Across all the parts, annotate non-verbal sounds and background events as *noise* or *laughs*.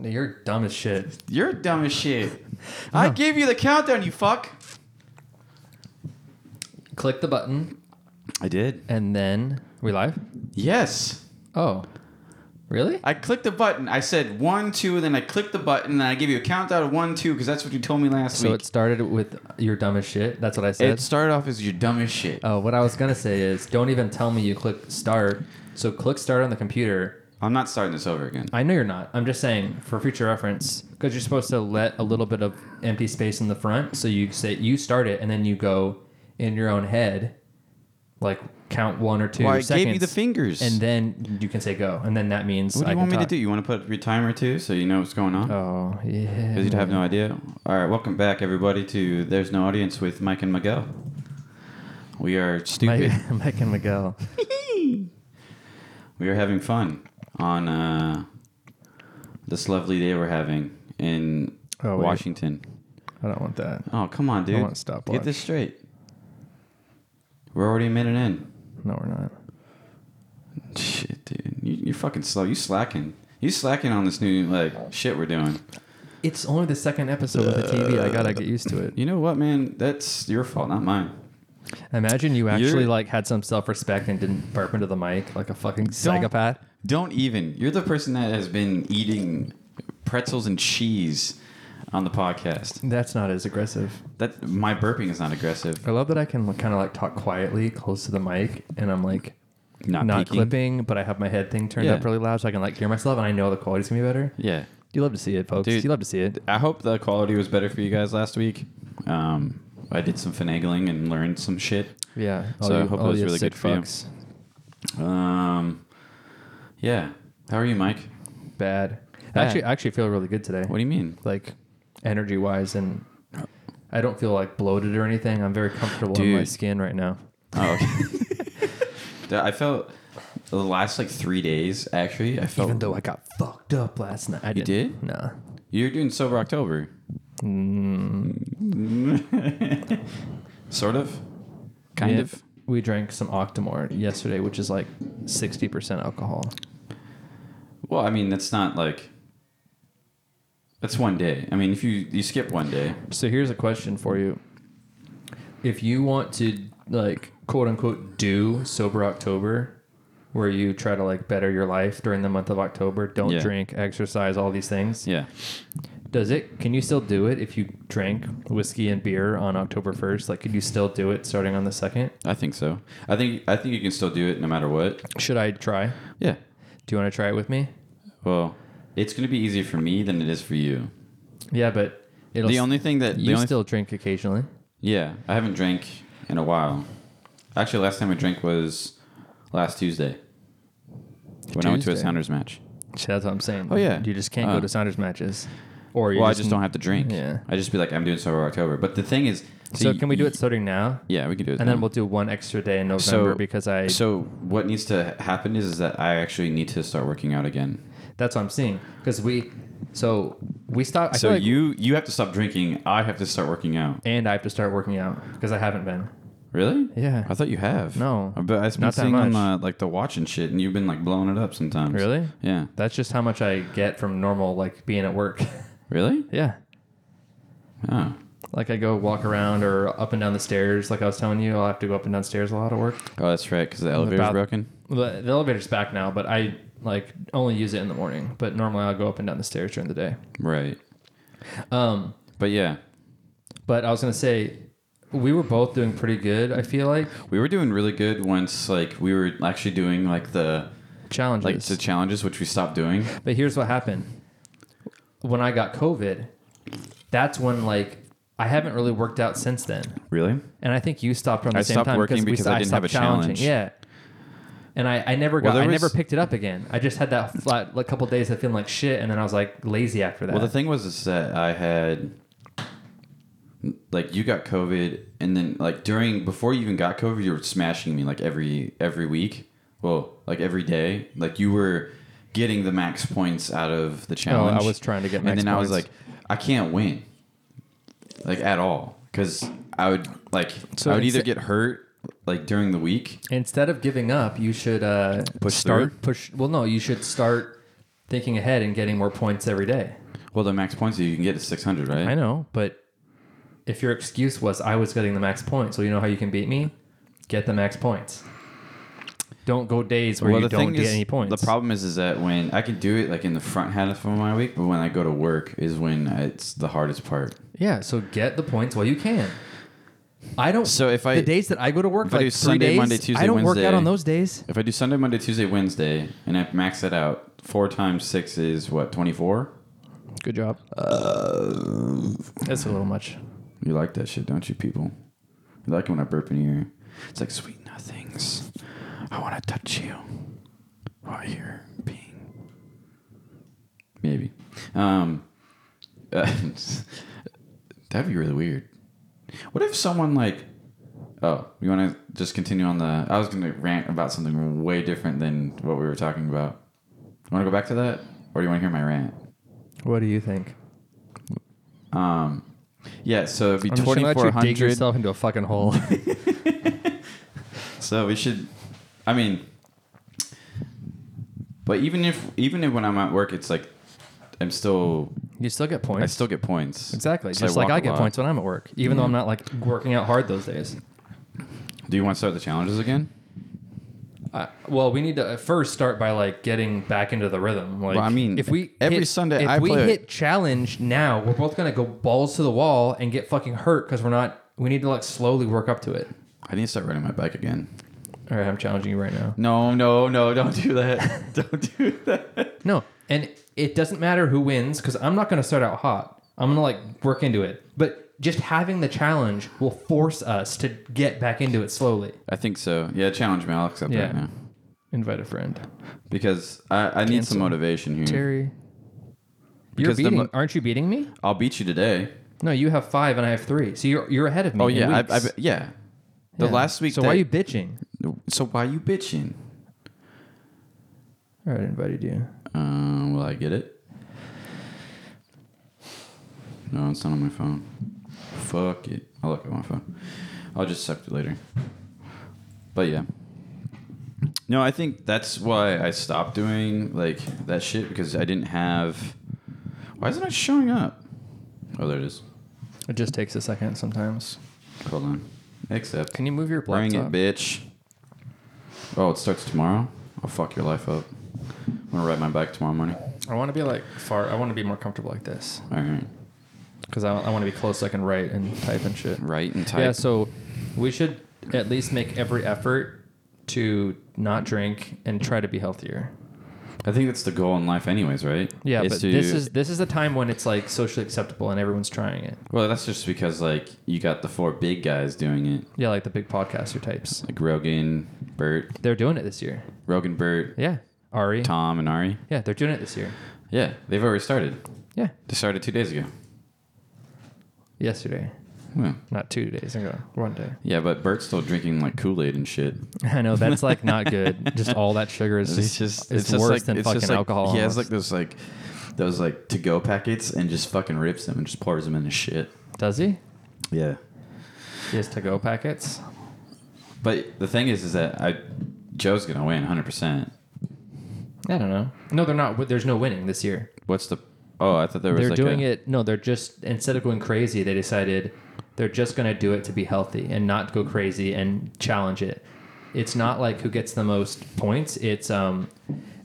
You're dumb as shit. You're dumb as shit. I gave you the countdown, you fuck. Click the button, I did. and then we live. Yes. Oh, really? I clicked the button. I said one, two, then I clicked the button, and I gave you a countdown of one, two, because that's what you told me last So week. it started with "You're dumb as shit." That's what I said. It started off as your dumb as shit. Oh, what I was gonna say is, don't even tell me you click start. So click start on the computer. I'm not starting this over again. I know you're not. I'm just saying for future reference, because you're supposed to let a little bit of empty space in the front. So you say you start it, and then you go in your own head, like count one or two Well, I seconds, gave you the fingers. and then you can say go, and then that means what do I you want me can to do? You want to put up your timer too, so you know what's going on? talk. Oh yeah. Because you'd have no idea. All right, welcome back, everybody, to There's No Audience with Mike and Miguel. We are stupid. Mike, *laughs* Mike and Miguel. We are having fun on uh, this lovely day we're having in Oh, wait. Washington. I don't want that. Oh, come on, dude. want a stopwatch. Get this straight. We're already a minute in. No, we're not. Shit, dude. You, you're fucking slow. You slacking. You slacking on this new like shit we're doing. It's only the second episode of the TV. I gotta get used to it. You know what, man? That's your fault, not mine. Imagine you actually You're- like had some self respect and didn't burp into the mic like a fucking psychopath. Don't even. You're the person that has been eating pretzels and cheese on the podcast. That's not as aggressive. That my burping is not aggressive. I love that I can kind of like talk quietly close to the mic and I'm like Not, not, peeking. clipping, but I have my head thing turned Yeah. up really loud so I can like hear myself and I know the quality's gonna be better. Yeah. You love to see it, folks. Dude. you love to see it. I hope the quality was better for you guys last week. Um, I did some finagling and learned some shit. Yeah. So I hope it was you really sick good for you. Um, yeah. How are you, Mike? Bad. Yeah. Actually, I actually feel really good today. What do you mean? Like energy wise and I don't feel like bloated or anything. I'm very comfortable in my Dude. skin right now. Oh, okay. *laughs* Dude, I felt the last like three days actually. I felt Even though I got fucked up last night. I You didn't- Nah. you're doing sober October. Mm. *laughs* sort of, kind Yeah. of. We drank some Octomore yesterday, which is like 60% alcohol. Well, I mean, that's not like. That's one day. I mean, if you you skip one day, So here's a question for you. If you want to, like, quote unquote, do Sober October, where you try to, like, better your life during the month of October, don't Yeah. drink, exercise, all these things, yeah. does it, can you still do it if you drank whiskey and beer on October 1st? Like, could you still do it starting on the 2nd? I think so. I think I think you can still do it no matter what. Should I try? Yeah. Do you want to try it with me? Well, it's going to be easier for me than it is for you. Yeah, but it'll. The only thing that the you only still drink occasionally. yeah, I haven't drank in a while. Actually, last time I drank was last Tuesday when I went to a Tuesday? Sounders match. See, that's what I'm saying. Oh, yeah. you just can't Uh. go to Sounders matches, or you Well, I just don't have to drink. Yeah. I just be like, I'm doing sober October. But the thing is, So you- can we do it starting now? Yeah, we can do it. And then now. we'll do one extra day in November Mm. so because I. So what needs to happen is, is that I actually need to start working out again. that's what I'm seeing because we. So we stop. I so feel like, you you have to stop drinking. I have to start working out. and I have to start working out because I haven't been. Really? Yeah. I thought you have. No, But I've been not that seeing on much. the, like the watch and shit, and you've been like blowing it up sometimes. Really? Yeah. That's just how much I get from normal like being at work. *laughs* Really? yeah. Oh. Like I go walk around or up and down the stairs. Like I was telling you, I'll have to go up and down stairs a lot at work. Oh, that's right, because the elevator's bath- broken. The, the elevator's back now, but I like only use it in the morning. But normally I'll go up and down the stairs during the day. Right. Um, But yeah, but I was gonna say we were both doing pretty good. I feel like we were doing really good once. Like we were actually doing like the challenges. like the challenges, which we stopped doing. but here's what happened when I got COVID. That's when like I haven't really worked out since then, Really? and I think you stopped around the I same stopped time working we because st- I didn't have stopped a challenging. challenge. Yeah. And I, I never got there I never was- picked it up again. I just had that flat like couple days of feeling like shit, and then I was like lazy after that. Well, the thing was is that I had like you got COVID, and then like during before you even got COVID, you were smashing me like every every week. Well, like every day, like you were getting the max points out of the challenge. Oh, I was trying to get max and then I was points. like, I can't win, like at all, because I would like So I would either instead- get hurt like during the week. Instead of giving up, you should uh, Push start through? push. Well, no, you should start thinking ahead and getting more points every day. Well, the max points that you can get is 600, right? I know, but if your excuse was I was getting the max points, so you know how you can beat me? Get the max points. Don't go days where well, you the don't thing get is, any points. The problem is, is that when I can do it like in the front half of my week, but when I go to work is when it's the hardest part. yeah, so get the points while you can. I don't. So if I- the days that I go to work, if I like do three Sunday, days, Monday, Tuesday, I don't work out Wednesday- on those days. If I do Sunday, Monday, Tuesday, Wednesday, and I max that out, four times six is what twenty four. Good job. Um, That's a little much. You like that shit, don't you, people? You like it when I burp in your ear. It's like sweet nothings. I want to touch you while you're being. Maybe. Um, *laughs* uh, that'd be really weird. What if someone like. Oh, you want to just continue on the. I was going to rant about something way different than what we were talking about. You want to go back to that? Or do you want to hear my rant? What do you think? Um, yeah, so it'd be I'm just gonna let you dig 2400. yourself into a fucking *laughs* hole. So we should, I mean, but even if even if when I'm at work, it's like I'm still you still get points. I still get points. Exactly. So Just like walk I a get lot. points when I'm at work, even though I'm not like working out hard those days. Do you want to start the challenges again? Uh, well, we need to first start by like getting back into the rhythm. Like, Well, I mean, if we every hit- Sunday if I we play- hit challenge now, we're both gonna go balls to the wall and get fucking hurt because we're not. We need to like slowly work up to it. I need to start riding my bike again. All right, I'm challenging you right now. No, no, no! Don't *laughs* do that! don't do that! No, and it doesn't matter who wins because I'm not gonna start out hot. I'm gonna like work into it, but just having the challenge will force us to get back into it slowly. I think so. Yeah, challenge me. I'll accept Yeah. that now Invite a friend, Hmm. because I, I need Cancel. some motivation here. Terry. You're Because the beating, mo- aren't you beating me? I'll beat you today. No, you have five and I have three. So you're you're ahead of me. Oh in yeah, I, I, weeks. yeah. The Yeah. last week. So that, why are you bitching? So why you bitching? All right, I invited you. Um, will I get it? No, it's not on my phone. Fuck it. I'll look at my phone. I'll just accept it later. But yeah. No, I think that's why I stopped doing like that shit because I didn't have. Why isn't it showing up? Oh, there it is. It just takes a second sometimes. Hold on. Accept. Can you move your Bring laptop? it, bitch. Oh, it starts tomorrow. I'll fuck your life up. I'm gonna ride my bike tomorrow morning. I want to be like far. I want to be more comfortable like this All right. because I, I want to be close so I can write and type and shit. Right and tight. Yeah, so we should at least make every effort to not drink and try to be healthier. I think that's the goal in life, anyways, right? Yeah, Is but to- this is this is the time when it's like socially acceptable and everyone's trying it. well, that's just because like you got the four big guys doing it, Yeah, like the big podcaster types. like Rogan, Bert, They're doing it this year. Rogan, Bert, Yeah, Ari. Tom, and Ari. Yeah, they're doing it this year. Yeah, they've already started. Yeah, They started two days ago. yesterday, Yeah, not two days ago, one day. yeah but Bert's still drinking like Kool Aid and shit. *laughs* I know that's like not *laughs* good. Just all that sugar is It's just, just it's, it's just worse like, than it's fucking just, like, alcohol. He has like almost. those like those like to go packets and just fucking rips them and just pours them into shit. Does he? Yeah. He has to go packets. But the thing is, is that I Joe's gonna win 100. percent I don't know. No, they're not. There's no winning this year. What's the? Oh, I thought there was. They're like doing a, it. No, they're just instead of going crazy, they decided they're just going to do it to be healthy and not go crazy and challenge it. It's not like who gets the most points. It's um,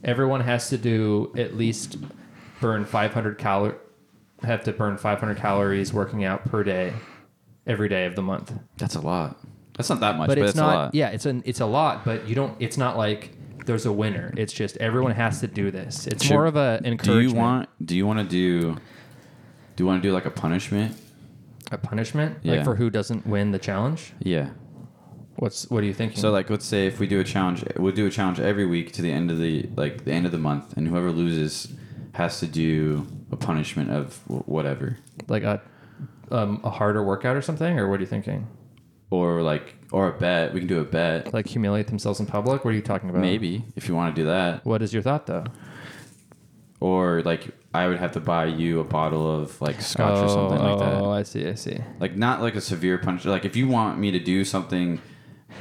everyone has to do at least burn 500 calor, have to burn 500 calories working out per day, every day of the month. That's a lot. That's not that much, but, but, it's, that's not e- a lot. yeah it's an it's a lot but you don't it's not like there's a winner it's just everyone has to do this it's Should- more of a Do encouragement you want? Do you want to do? Do you want to do like a punishment? a punishment Yeah. like for who doesn't win the challenge Yeah. what's what are you thinking So like, let's say if we do a challenge, we'll do a challenge every week to the end of the like the end of the month, and whoever loses has to do a punishment of wh- whatever, like a um, a harder workout or something or what are you thinking or like or a bet. We can do a bet, like humiliate themselves in public what are you talking about maybe if you want to do that, what is your thought though or like I would have to buy you a bottle of like scotch or something like that. oh i see i see like not like a severe punch like if you want me to do something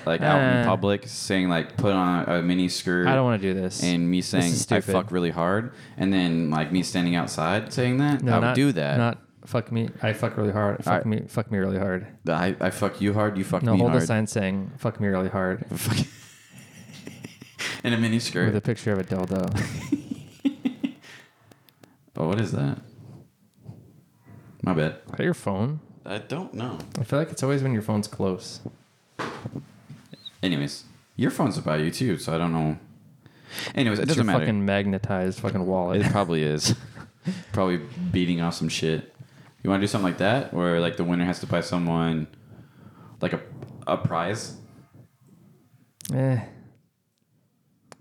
like out in Uh. public saying like put on a mini skirt. I don't want to do this. and me saying is I stupid. fuck really hard, and then like me standing outside saying that, I would not, do that. Not fuck me. I fuck really hard. Fuck I- me. Fuck me really hard. I, I fuck you hard, you fuck No, me hold hard. a sign saying "fuck me really hard" Fuck- in a mini skirt. with a picture of a *laughs* dildo. oh, what is that? My bad. Is that your phone? I don't know. I feel like it's always when your phone's close. Anyways, your phone's about you too, so I don't know. Anyways, it It's doesn't your matter. Fucking magnetized fucking wallet. It *laughs* probably is. probably beating off some shit. You want to do something like that, where like the winner has to buy someone like a a prize. eh.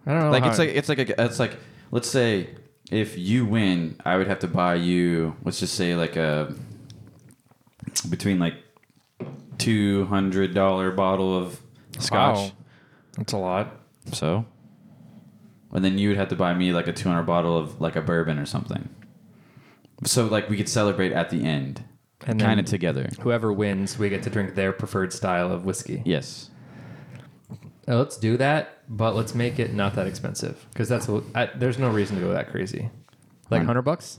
I don't know. like how- it's like it's like a, it's like let's say if you win, I would have to buy you. Let's just say like a between like two hundred dollar bottle of wow. scotch. That's a lot. So, and then you would have to buy me like a two hundred bottle of like a bourbon or something. So like we could celebrate at the end, And then kind of together. whoever wins, we get to drink their preferred style of whiskey. Yes. Uh, let's do that, but let's make it not that expensive because that's what I, there's no reason to go that crazy. Like Hun- hundred bucks,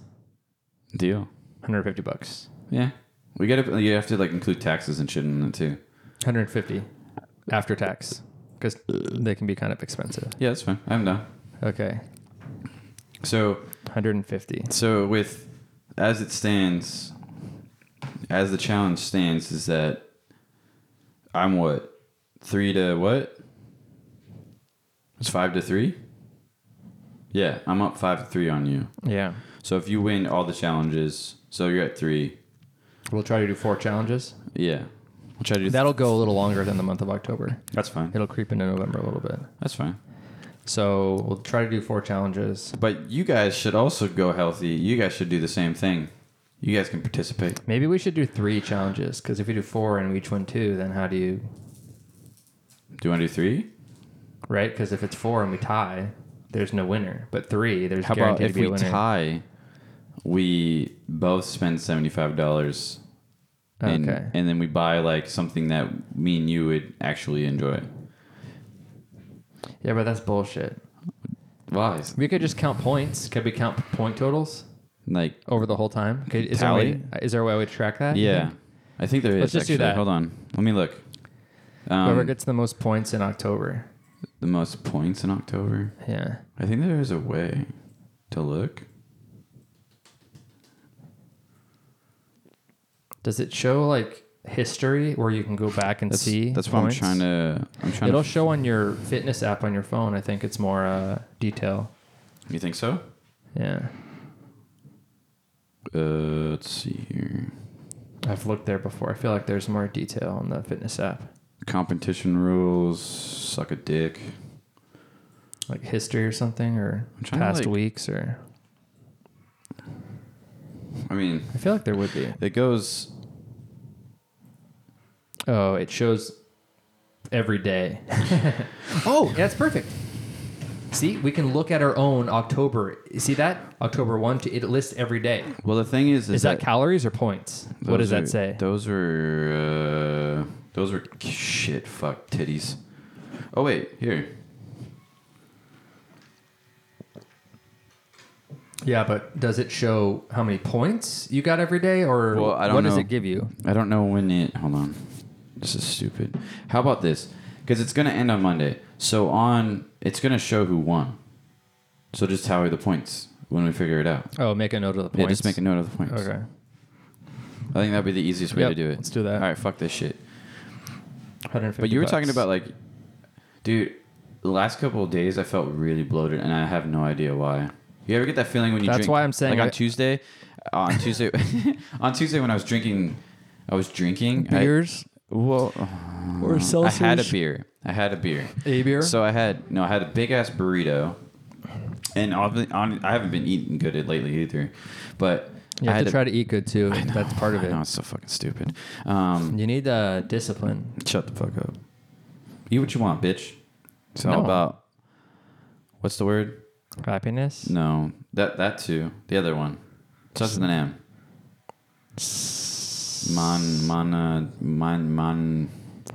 Deal. hundred fifty bucks, Yeah. We gotta. You have to like include taxes and shit in it too. hundred fifty after tax because they can be kind of expensive. Yeah, that's fine. I'm done. Okay, So hundred and fifty. So with as it stands, as the challenge stands, is that I'm what three to what? It's five to three. Yeah, I'm up five to three on you. Yeah, So if you win all the challenges, so you're at three. we'll try to do four challenges. Yeah, I'll try to do That'll go a little longer than the month of October. That's fine. It'll creep into November a little bit. That's fine. So we'll try to do four challenges. But you guys should also go healthy. You guys should do the same thing. You guys can participate. Maybe we should do three challenges because if we do four and we each win two, then how do you Do you want to do three? right? Because if it's four and we tie, there's no winner. But three, there's How about guaranteed if to be we a winner. tie, we both spend seventy five dollars, and Okay. and then we buy like something that me and you would actually enjoy. Yeah, but that's bullshit. Why? We could just count points. Could we count point totals Like over the whole time? Could, is, Tally? There a way, is there a way we track that? you yeah, think? I think there is. Let's just do actually. that. Hold on, let me look. Whoever Um, gets the most points in October. the most points in October. Yeah. I think there is a way to look. Does it show like history where you can go back and That's, see? that's what points? I'm trying to. I'm trying It'll to. show on your fitness app on your phone. I think it's more uh, detail. you think so? Yeah. Uh, let's see here. I've looked there before. I feel like there's more detail on the fitness app, Competition rules. Suck a dick. like history or something, or I'm trying to, past like- weeks, or I mean, I feel like there would be. it goes Oh, it shows every *laughs* day. oh, yeah, that's perfect. See, we can look at our own October. See that October one? Two, it lists every day. Well, the thing is, is, Is, that, calories or points? What does those that are- say? Those are uh, those are shit. Fuck titties. Oh wait, here. Yeah, but does it show how many points you got every day, or Well, I don't what does know. it give you? I don't know when it. Hold on. This is stupid. How about this? Because it's gonna end on Monday. So on, it's gonna show who won. So just tally the points when we figure it out. Oh, make a note of the points. Yeah, just make a note of the points. Okay. I think that'd be the easiest way Yep, to do it. let's do that. All right, fuck this shit. 150 But you were bucks. talking about like, dude, the last couple of days I felt really bloated, and I have no idea why. You ever get that feeling when you? That's drink, why I'm saying like on I- Tuesday, Uh, on Tuesday, *laughs* on Tuesday when I was drinking, I was drinking I- beers well, or I had a beer. I had a beer. A beer? So I had no. I had a big ass burrito, and obvi- on, I haven't been eating good lately either. But You I have had to a- try to eat good too. That's part of *laughs* I know it. it's so fucking stupid. Um, You need uh, discipline. Shut the fuck up. Eat what you want, bitch. It's all No. about what's the word? Happiness. No, that that too. The other one. Starts with an M. Man, mana, man, man,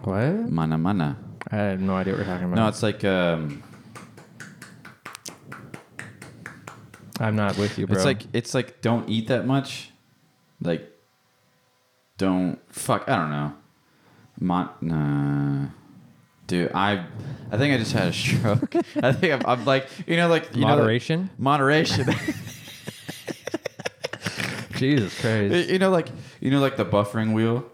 What? mana, mana. I have no idea what we're talking about. No, it's like um, I'm not with you, bro. it's like it's like don't eat that much, like don't fuck. I don't know. Mon, nah. dude, I I think I just had a *laughs* stroke. I think I'm, I'm like you know like you moderation. *laughs* know, *laughs* like, moderation. Jesus Christ. you know like you know like the buffering wheel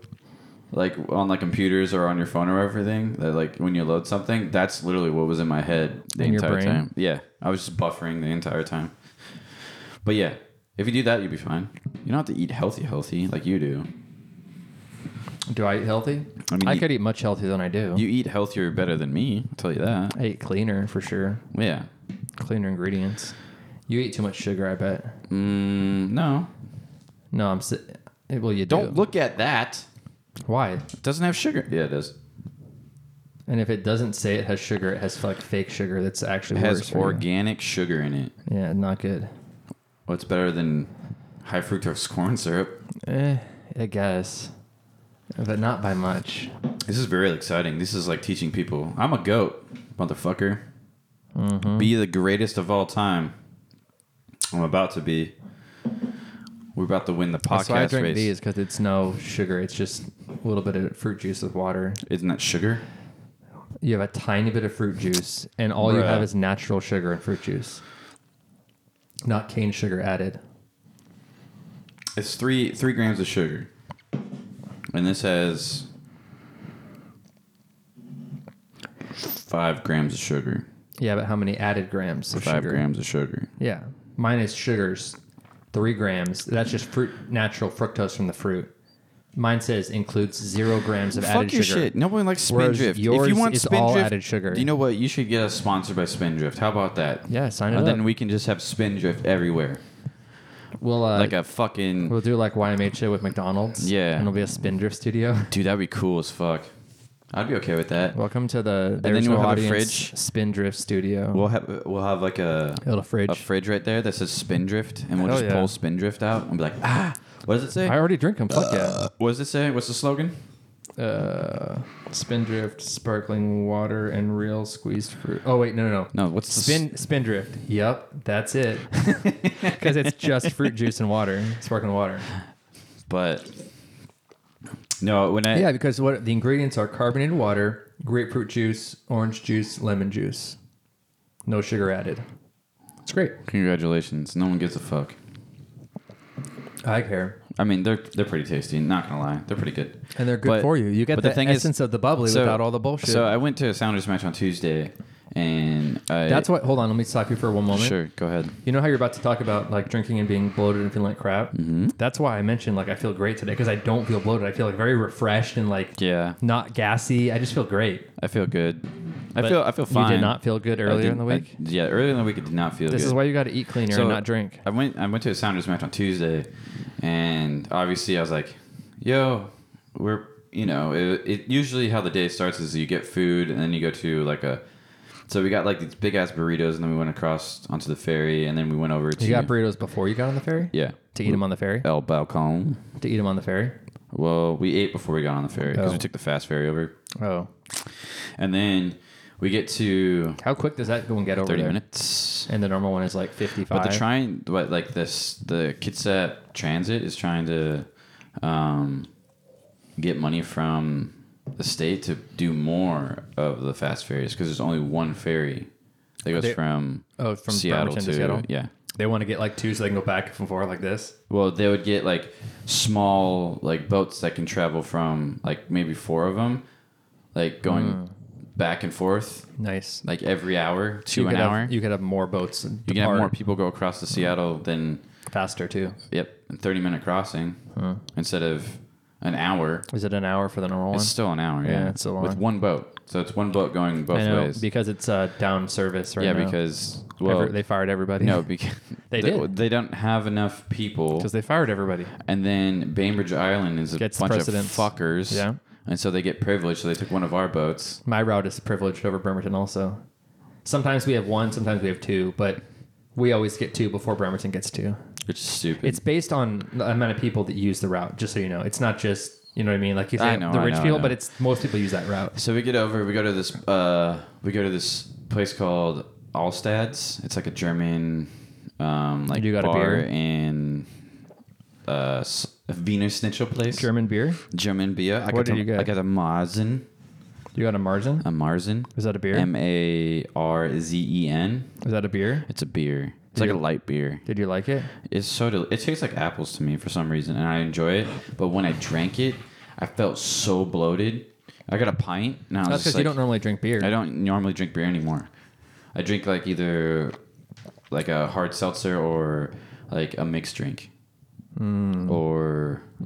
like on like computers or on your phone or everything that like when you load something that's literally what was in my head the In your entire brain? time yeah i was just buffering the entire time but yeah if you do that you'll be fine you don't have to eat healthy healthy like you do Do I eat healthy? I mean, I you- could eat much healthier than I do. you eat healthier better than me i'll tell you that I eat cleaner for sure. yeah Cleaner ingredients. You eat too much sugar, I bet. mm, no No, I'm. Si- eh, well, you do. don't look at that Why? it doesn't have sugar yeah it does And if it doesn't say it has sugar, it has like fake sugar that's actually it worse has for you. organic sugar in it Yeah, not good. what's better than high fructose corn syrup Eh, I guess, but not by much. This is very exciting. This is like teaching people. I'm a goat, motherfucker. Mm-hmm. Be the greatest of all time. I'm about to be. We're about to win the podcast That's why I drink race. these because it's no sugar. It's just a little bit of fruit juice with water. Isn't that sugar? You have a tiny bit of fruit juice, and all you Bruh. have is natural sugar and fruit juice, not cane sugar added. It's three three grams of sugar, and this has five grams of sugar. Yeah, but how many added grams of Five sugar? grams of sugar. Yeah, mine is sugars, three grams. That's just fruit, natural fructose from the fruit. Mine says includes zero grams of added Fuck your sugar. shit. No one likes Whereas Spindrift. if yours you want is Spindrift, all added sugar. You know what? You should get us sponsored by Spindrift. How about that? Yeah, sign it and up. Oh, then we can just have Spindrift everywhere, we'll uh, like a fucking we'll do like YMHA with McDonald's. Yeah. and it'll be a Spindrift studio. *laughs* dude. That'd be cool as fuck. I'd be okay with that. Welcome to the then there's you'll no have a audience fridge. Spindrift studio. We'll have we'll have like a Little fridge. a fridge right there that says Spindrift, and we'll Hell just yeah. pull Spindrift out and be like, ah, what does it say? I already drink them. Fuck yeah. What does it say? What's the slogan? Uh, Spindrift sparkling water and real squeezed fruit. Oh wait, no, no, no. No, what's the s- Spin Spindrift. Yep, that's *laughs* it. Because it's just fruit juice and water, sparkling water. But no, when I Yeah, because what the ingredients are: carbonated water, grapefruit juice, orange juice, lemon juice. No sugar added. It's great. congratulations, no one gives a fuck. I care, I mean, they're they're pretty tasty. Not gonna lie, they're pretty good. and they're good But- for you. You get but the, the thing is- essence of the bubbly without all the bullshit. So I went to a Sounders match on Tuesday, and I, That's what. Hold on, let me stop you for one moment. Sure, go ahead. You know how you're about to talk about like drinking and being bloated and feeling like crap. Mm-hmm. That's why I mentioned like I feel great today because I don't feel bloated. I feel like very refreshed and like Yeah, not gassy. I just feel great. I feel good. I But feel I feel fine. You did not feel good I earlier did- in the I- week. yeah, earlier in the week it did not feel this good. is why you got to eat cleaner So- and not drink. I went I went to a Sounders match on Tuesday, and obviously I was like, "Yo, we're you know it, it usually how the day starts is you get food and then you go to like a so we got like these big ass burritos and then we went across onto the ferry and then we went over to You got burritos before you got on the ferry. yeah To eat them on the ferry. El Balcon. To eat them on the ferry. Well, we ate before we got on the ferry because Oh. we took the fast ferry over, Oh, and then we get to how quick does that go and get over thirty there? minutes. And the normal one is like 55. But the trying, what like this, the Kitsap Transit is trying to um, get money from the state to do more of the fast ferries because there's only one ferry that goes They- from oh, from Seattle to, Bremerton to Seattle. yeah. They want to get like two so they can go back and forth like this. Well, they would get like small like boats that can travel from like maybe four of them, like going Hmm. back and forth Nice. like every hour to you an could have, hour. you You could have more boats. You can have more people go across to Seattle than faster too. Yep, a thirty-minute crossing instead of an hour. Is it an hour for the normal one? It's still an hour. Yeah, it's so with long. one boat. So it's one boat going both I know ways. because it's uh, down service right yeah, now. because Ever- well, they *laughs* fired everybody. no, because *laughs* They did. They don't have enough people, because they fired everybody. and then Bainbridge Island is a Gets bunch precedence. of fuckers. Yeah. and so they get privileged. So they took one of our boats. My route is privileged over Bremerton also. Sometimes we have one, sometimes we have two, but we always get two before Bremerton gets two. It's stupid. It's based on the amount of people that use the route. Just so you know, it's not just You know what I mean? Like you I say, know, the I rich know, I people, know. but it's most people use that route. So we get over. We go to this. Uh, we go to this place called Allstad's. It's like a German, um, like You got a bar beer? and uh, s- a Wiener Schnitzel place. German beer. German beer. I What did got a- you get? I got a Marzen. You got a margin? A Marzen. Is that a beer? Um, M A R Z E N. Is that a beer? It's a beer. It's Dude. like a light beer. Did you like it? It's so del- it tastes like apples to me for some reason, and I enjoy it. But when I drank it, I felt so bloated. I got a pint, and I was That's because just you like, don't normally drink beer. I don't normally drink beer anymore. I drink like either like a hard seltzer or like a mixed drink Hmm. or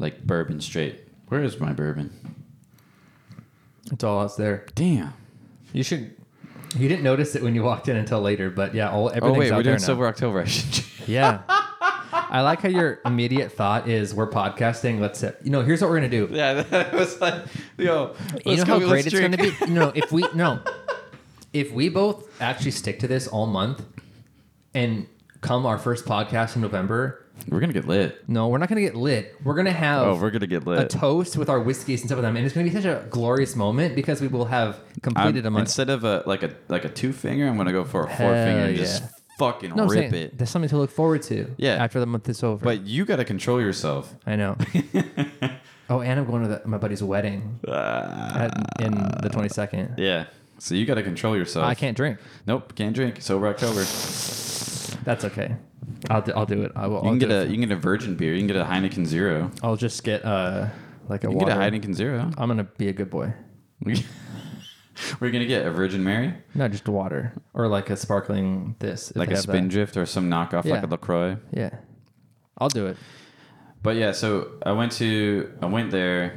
like bourbon straight. Where is my bourbon? It's all out there. Damn. You should. You didn't notice it when you walked in until later, but yeah, all Oh everything's wait, out there we're doing now. Silver October. I should. Yeah. I like how your immediate thought is we're podcasting. Let's sit. You know, here's what we're gonna do. *laughs* yeah, that was like, yo, you know how great it's gonna be. No, if *laughs* we no, if we both actually stick to this all month, and come our first podcast in November. We're gonna get lit. No, we're not gonna get lit. We're gonna have Oh, we're gonna get a lit. toast with our whiskeys and stuff with them, and it's gonna be such a glorious moment because we will have I'm- completed a month. instead of a like a like a two finger, I'm gonna go for a four finger and Hell just yeah. fucking No, I'm rip saying, it. There's something to look forward to. Yeah. After the month is over. But you gotta control yourself. I *laughs* know. *laughs* oh, and I'm going to the, my buddy's wedding at, in the 22nd. Ah. Yeah. So you got to control yourself. I can't drink. Nope, can't drink. Sober October. That's okay. I'll do, I'll do it. I will. You I'll can get do a it. you can get a virgin beer. You can get a Heineken Zero. I'll just get uh like a You can water. get a Heineken Zero. I'm gonna be a good boy. *laughs* We're gonna get a Virgin Mary, No, just a water or like a sparkling this. if like they a have that. Spindrift or some knockoff, like Yeah. a Lacroix. Yeah. I'll do it. But yeah, so I went to I went there.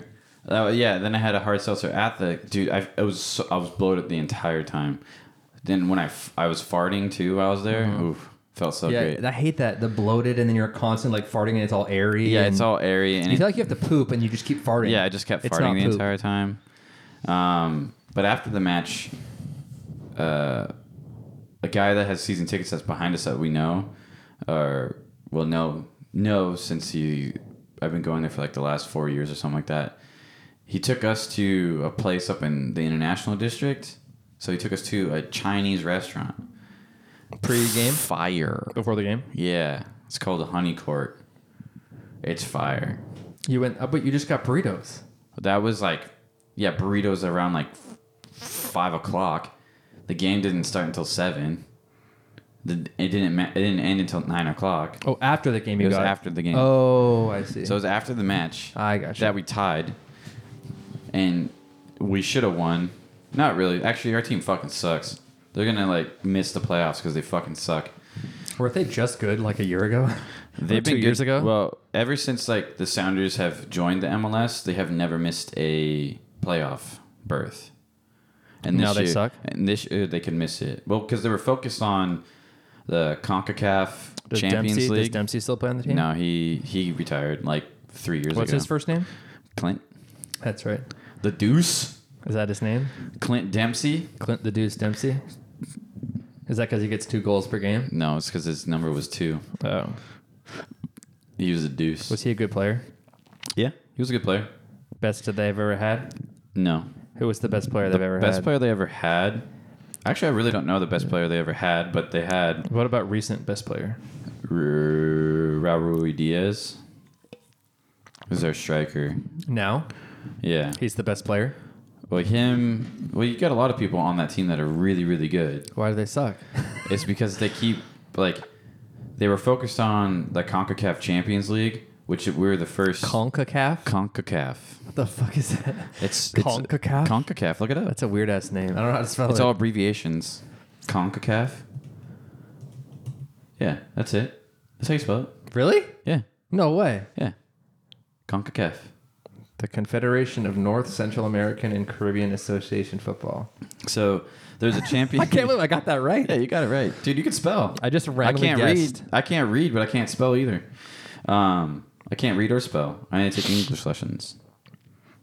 Oh yeah, then I had a hard seltzer at the dude. I, I was so, I was bloated the entire time. Then when I, f- I was farting too. while I was there. Oof, felt so yeah. great. I hate that the bloated and then you're constant like farting and it's all airy. yeah, and it's all airy and You it- feel like you have to poop and you just keep farting. Yeah, I just kept It's farting not the poop. entire time. Um, but after the match, uh, a guy that has season tickets that's behind us that we know, or well, no, no, since he, I've been going there for like the last four years or something like that. He took us to a place up in the international district. So he took us to a Chinese restaurant. Pre-game? Fire. Before the game, Yeah, it's called the Honey Court. It's fire. you went. Uh, but you just got burritos. That was like, yeah, burritos around like f- five o'clock. The game didn't start until seven. The, it didn't. Ma- it didn't end until nine o'clock. Oh, after the game It you was got after the game. Oh, I see. So it was after the match I got you. that we tied, and we should have won. Not really. Actually, our team fucking sucks. They're gonna like miss the playoffs because they fucking suck. Weren't they just good like a year ago? They've two been years good- ago? Well, ever since like the Sounders have joined the MLS, they have never missed a playoff berth. And Now they year- suck? And this year they could miss it. Well, because they were focused on the Concacaf Does Champions Dempsey, Does League. Dempsey still play on the team? no, he he retired like three years What's ago. his first name? Clint That's right. the Deuce. Is that his name? Clint Dempsey. Clint the Deuce Dempsey. Is that because he gets two goals per game? No, it's because his number was two. Oh, He was a Deuce. was he a good player? yeah, he was a good player. Best that they've ever had. No, Who was the best player they've ever best had? player they ever had. Actually, I really don't know the best player they ever had, but they had What about recent best player? R- Raul Diaz is our striker. Now Yeah. he's the best player. Well, him. Well, you got a lot of people on that team that are really, really good. Why do they suck? It's because they keep like they were focused on the Concacaf Champions League, which we were the first Concacaf. Concacaf. *laughs* what the fuck is that? It's, it's Concacaf? Concacaf. Look it up. That's a weird ass name. I don't know how to spell It's it. all abbreviations. Concacaf. Yeah, that's it. That's how you spell it. really? Yeah, No way. yeah. Concacaf. The Confederation of North Central American and Caribbean Association Football. So there's *laughs* a champion. I *laughs* can't believe I got that right. Yeah, you got it right, dude. You can spell. I just I randomly can't guessed. read. I can't read, but I can't spell either. Um, I can't read or spell. I need to take English lessons.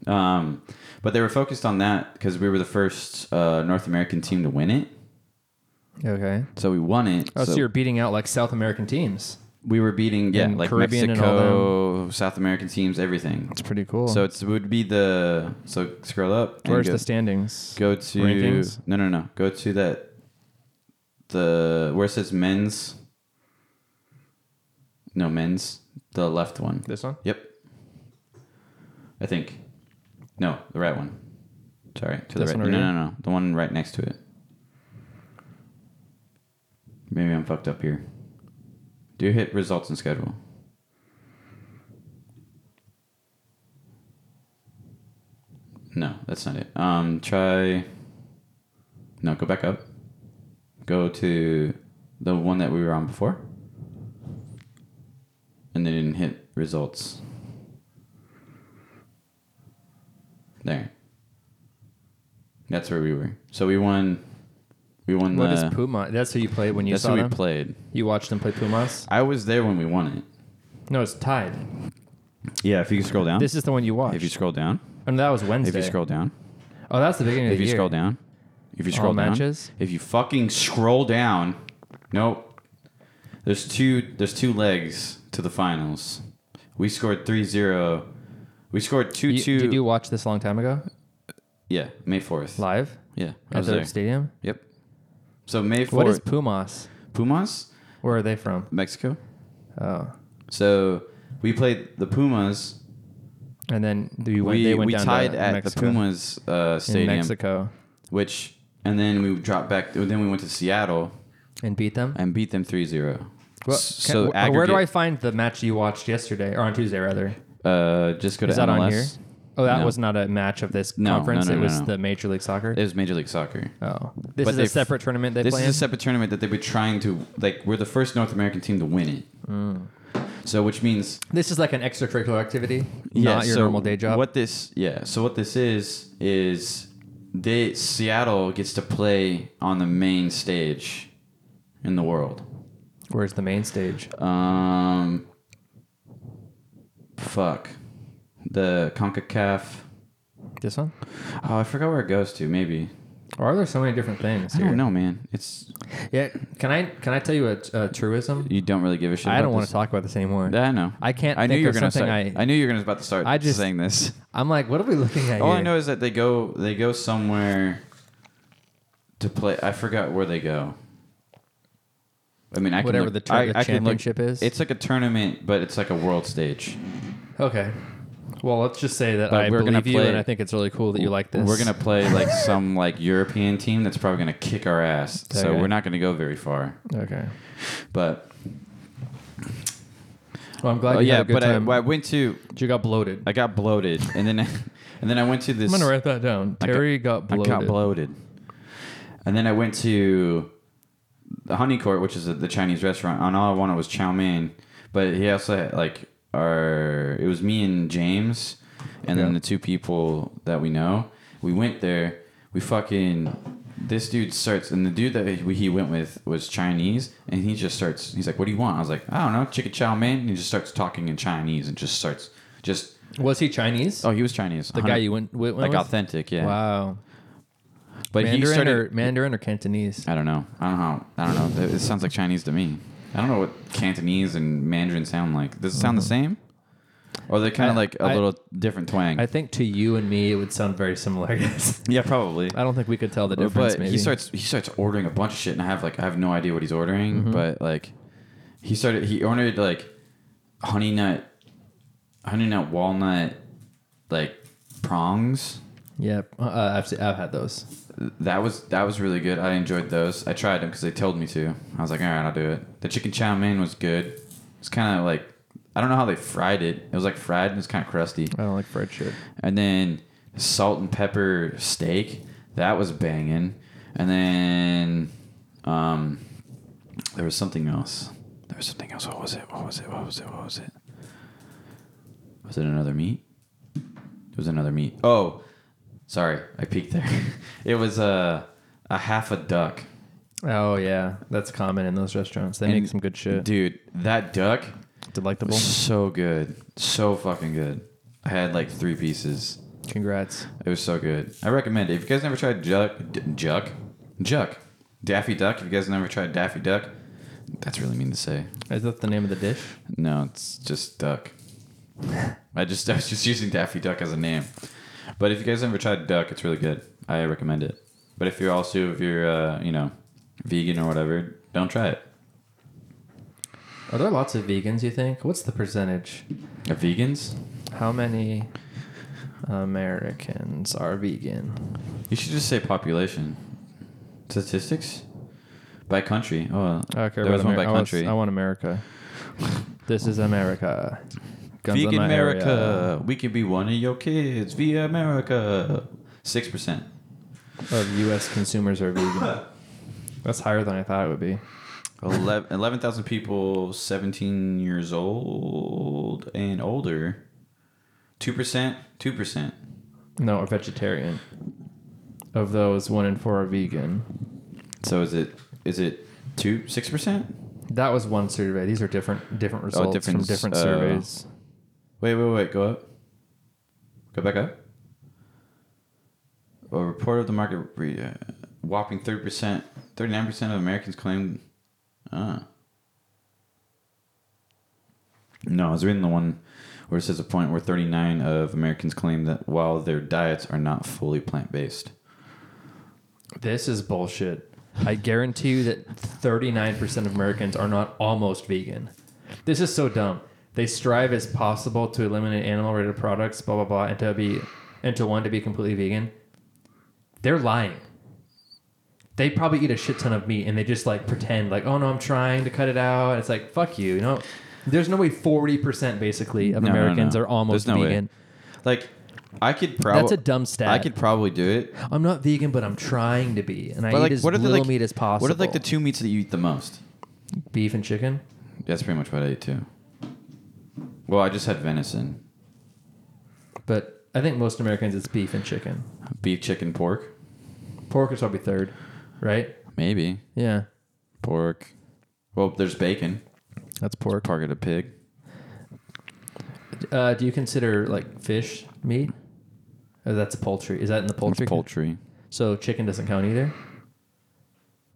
Um, but they were focused on that because we were the first uh, North American team to win it, Okay. so we won it. Oh, so, you're beating out like South American teams. we were beating yeah And like Caribbean and all Mexico, South American teams, everything. That's pretty cool. So it would be the so scroll up. and where's go, the standings? go to rankings? no no no go to that the where it says men's no men's the left one. This one? Yep. I think. No, the right one. Sorry, to This the right. one No, over no, here? no, the one right next to it. Maybe I'm fucked up here. Do you hit results and schedule? No, that's not it. Um, try. No, go back up. Go to the one that we were on before. And they didn't hit results. There. That's where we were. So we won. We won What the. is Puma? That's who you played when you uh, that's saw who we them? played. you watched them play Pumas? I was there when we won it. No, it's tied. Yeah, if you scroll down. This is the one you watched. if you scroll down. and that was Wednesday. If you scroll down. oh, that's the beginning of If the you year. scroll down. If you scroll All down. matches? If you fucking scroll down. Nope. There's two there's two legs to the finals. We scored 3-0. We scored 2-2. You- did you watch this a long time ago? yeah, May 4th. Live Yeah, I at was the there. stadium. Yep. So May 4th. What is Pumas? Pumas? Where are they from? Mexico. Oh, So we played the Pumas. and then you went, we they went we down tied to at Mexico, the Pumas uh, in stadium. Mexico which and then we dropped back then we went to seattle and beat them. and beat them 3-0 Well, S- can- wh- uh, where do I find the match you watched yesterday or on Tuesday rather? I uh just go to Is that MLS. on here? Oh, that No. was not a match of this No, no, conference. no, it no, was no. the Major League Soccer. it was major league soccer oh, this But is they a f- separate tournament they this play. is in? a separate tournament that they've been trying to like we're the first north american team to win it Mm. so which means this is like an extracurricular activity, not your so normal day job. What this? Yeah. So what this is is they Seattle gets to play on the main stage in the world. Where's the main stage? Um, fuck the Concacaf. This one? Oh, I forgot where it goes to. Maybe Or are there so many different things I here? don't know, man. It's Yeah, can I can I tell you a, a truism? you don't really give a shit. I about don't want this. to talk about this anymore. Yeah, I know. I can't I knew think you were of gonna something say- I- I knew you were gonna about to start. I just- saying this. I'm like, what are we looking at All here? Oh, I know is that they go they go somewhere to play. I forgot where they go. I mean, I Whatever can look, the tur- I- the I can look- championship is? It's like a tournament, but it's like a world stage. Okay. Well, let's just say that But I we're gonna believe you, play- and I think it's really cool that you like this. We're gonna play *laughs* like some like European team that's probably gonna kick our ass. So Okay. we're not gonna go very far. Okay. But Well, I'm glad oh you had yeah, a good but I, time. well, I went to you got bloated. I got bloated, and then *laughs* and then I went to this. I'm gonna write that down. I Terry got, bloated. I got bloated. And then I went to the Honey Court, which is the Chinese restaurant. And all I wanted was chow mein. But he also had, like, our. It was me and James, and then Yeah. the two people that we know. We went there. We fucking. This dude starts, and the dude that he he went with was Chinese, and he just starts. He's like, "What do you want?" I was like, "I don't know, chicken chow mein." And he just starts talking in Chinese, and just starts just. Was he Chinese? Oh, he was Chinese. the guy you went, went like with? authentic, yeah. Wow. But Mandarin he started. or Mandarin or Cantonese? I don't know. I don't know. I don't know. That- It sounds like Chinese to me. I don't know what Cantonese and Mandarin sound like. Does it sound the same? Or are they kind I- of like a I- little different twang? I think to you and me, it would sound very similar. *laughs* I guess. yeah, probably. I don't think we could tell the difference. But maybe. he starts he starts ordering a bunch of shit, and I have like I have no idea what he's ordering. Mm-hmm. But like, he started he ordered like honey nut, honey nut walnut, like prongs. Yep. Uh, I've, se- I've had those. That was that was really good. I enjoyed those. I tried them because they told me to. I was like, all right, I'll do it. The chicken chow mein was good. It's kind of like I don't know how they fried it. It was like fried and it's kind of crusty. I don't like fried shit. And then salt and pepper steak that was banging. And then um, there was something else. There was something else. What was it? What was it? What was it? What was it? Was it another meat? It was another meat. Oh, sorry, I peeked there. *laughs* it was a a half a duck. Oh yeah, that's common in those restaurants. They And make some good shit. dude. That duck Delectable. was so good, so fucking good. I had like three pieces. Congrats. It was so good. I recommend it. If you guys never tried Juck, D- Juck, Juck, Daffy Duck. If you guys never tried Daffy Duck, That's really mean to say. Is that the name of the dish? No, it's just duck. I just *laughs* I was just using Daffy Duck as a name. But if you guys ever tried duck, it's really good. I recommend it. But if you're also if you're uh, you know vegan or whatever, don't try it. Are there lots of vegans? You think? What's the percentage? Uh, vegans, How many Americans are vegan? you should just say population statistics by country. Oh, Okay, there was one by country. I, want America. this is America. Guns on vegan my America, area we can be one of your kids. Via America, six percent. of U.S. consumers are *coughs* vegan. That's higher than I thought it would be. *laughs* 11 11,000 people 17 years old and older. 2%, 2%. No, are vegetarian. Of those, one in four are vegan. So is it is it 2 6%? That was one survey. These are different different results Oh, different from s- different uh, surveys. Wait, wait, wait, go up. Go back up. A report of the market re- uh, whopping 30%, 39% of Americans claim uh No, I was reading the one where it says a point where 39 of Americans claim that while their diets are not fully plant-based. This is bullshit. I guarantee you that 39% of Americans are not almost vegan. This is so dumb. They strive as possible to eliminate animal related products, blah blah blah, and to be and to want to be completely vegan. They're lying. They probably eat a shit ton of meat and they just like pretend like, oh no, I'm trying to cut it out. It's like fuck you, you know. There's no way 40% basically of No, no, Americans no. are almost There's no way. vegan. Like I could probably That's a dumb stat. I could probably do it. I'm not vegan, but I'm trying to be, and I But eat like as what are the little like, meat as possible. What are like the two meats that you eat the most? beef and chicken? That's pretty much what I ate too. Well, I just had venison, But I think most Americans it's beef and chicken. beef, chicken, pork, Pork is probably third, right? maybe Yeah, pork. Well, there's bacon. that's pork. Pork at a pig. Uh, do you consider like fish meat? Oh, that's poultry. Is that in the It's poultry? poultry. So chicken doesn't count either.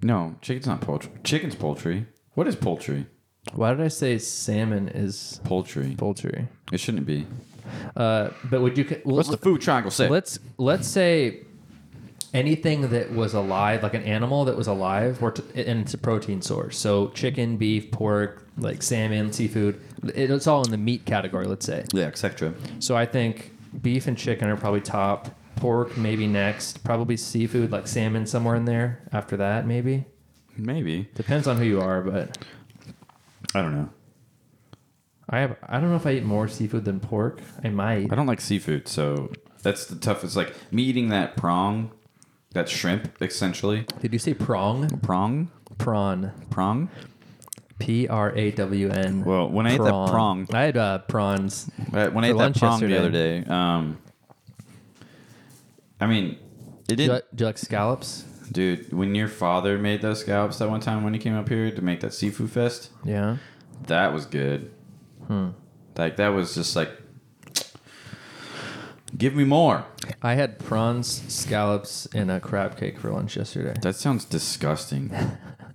No, chicken's not poultry. Chicken's poultry. What is poultry? Why did I say salmon is Poultry. poultry? It shouldn't be. Uh, but would you? co- What's the food triangle say? Let's let's say anything that was alive, like an animal that was alive, or t- and it's a protein source. So chicken, beef, pork, like salmon, seafood. It, it's all in the meat category. Let's say. yeah, etc. So I think beef and chicken are probably top. Pork maybe next. Probably seafood like salmon somewhere in there. After that maybe Maybe. depends on who you are, but I don't know. I have I don't know if I eat more seafood than pork. I might. I don't like seafood, so that's the toughest. Like me eating that prong, that shrimp, essentially. Did you say prong? Prong, Prawn. prong. P R A W N. Well, when I ate that prong- I had uh, prawns. Uh, When I for ate that lunch prong the yesterday. other day, um, I mean, it Do you, did, like, do you like scallops? dude. When your father made those scallops that one time when he came up here to make that seafood fest, Yeah. that was good. Hmm. Like that was just like, give me more. I had prawns, scallops, and a crab cake for lunch yesterday. That sounds disgusting. *laughs*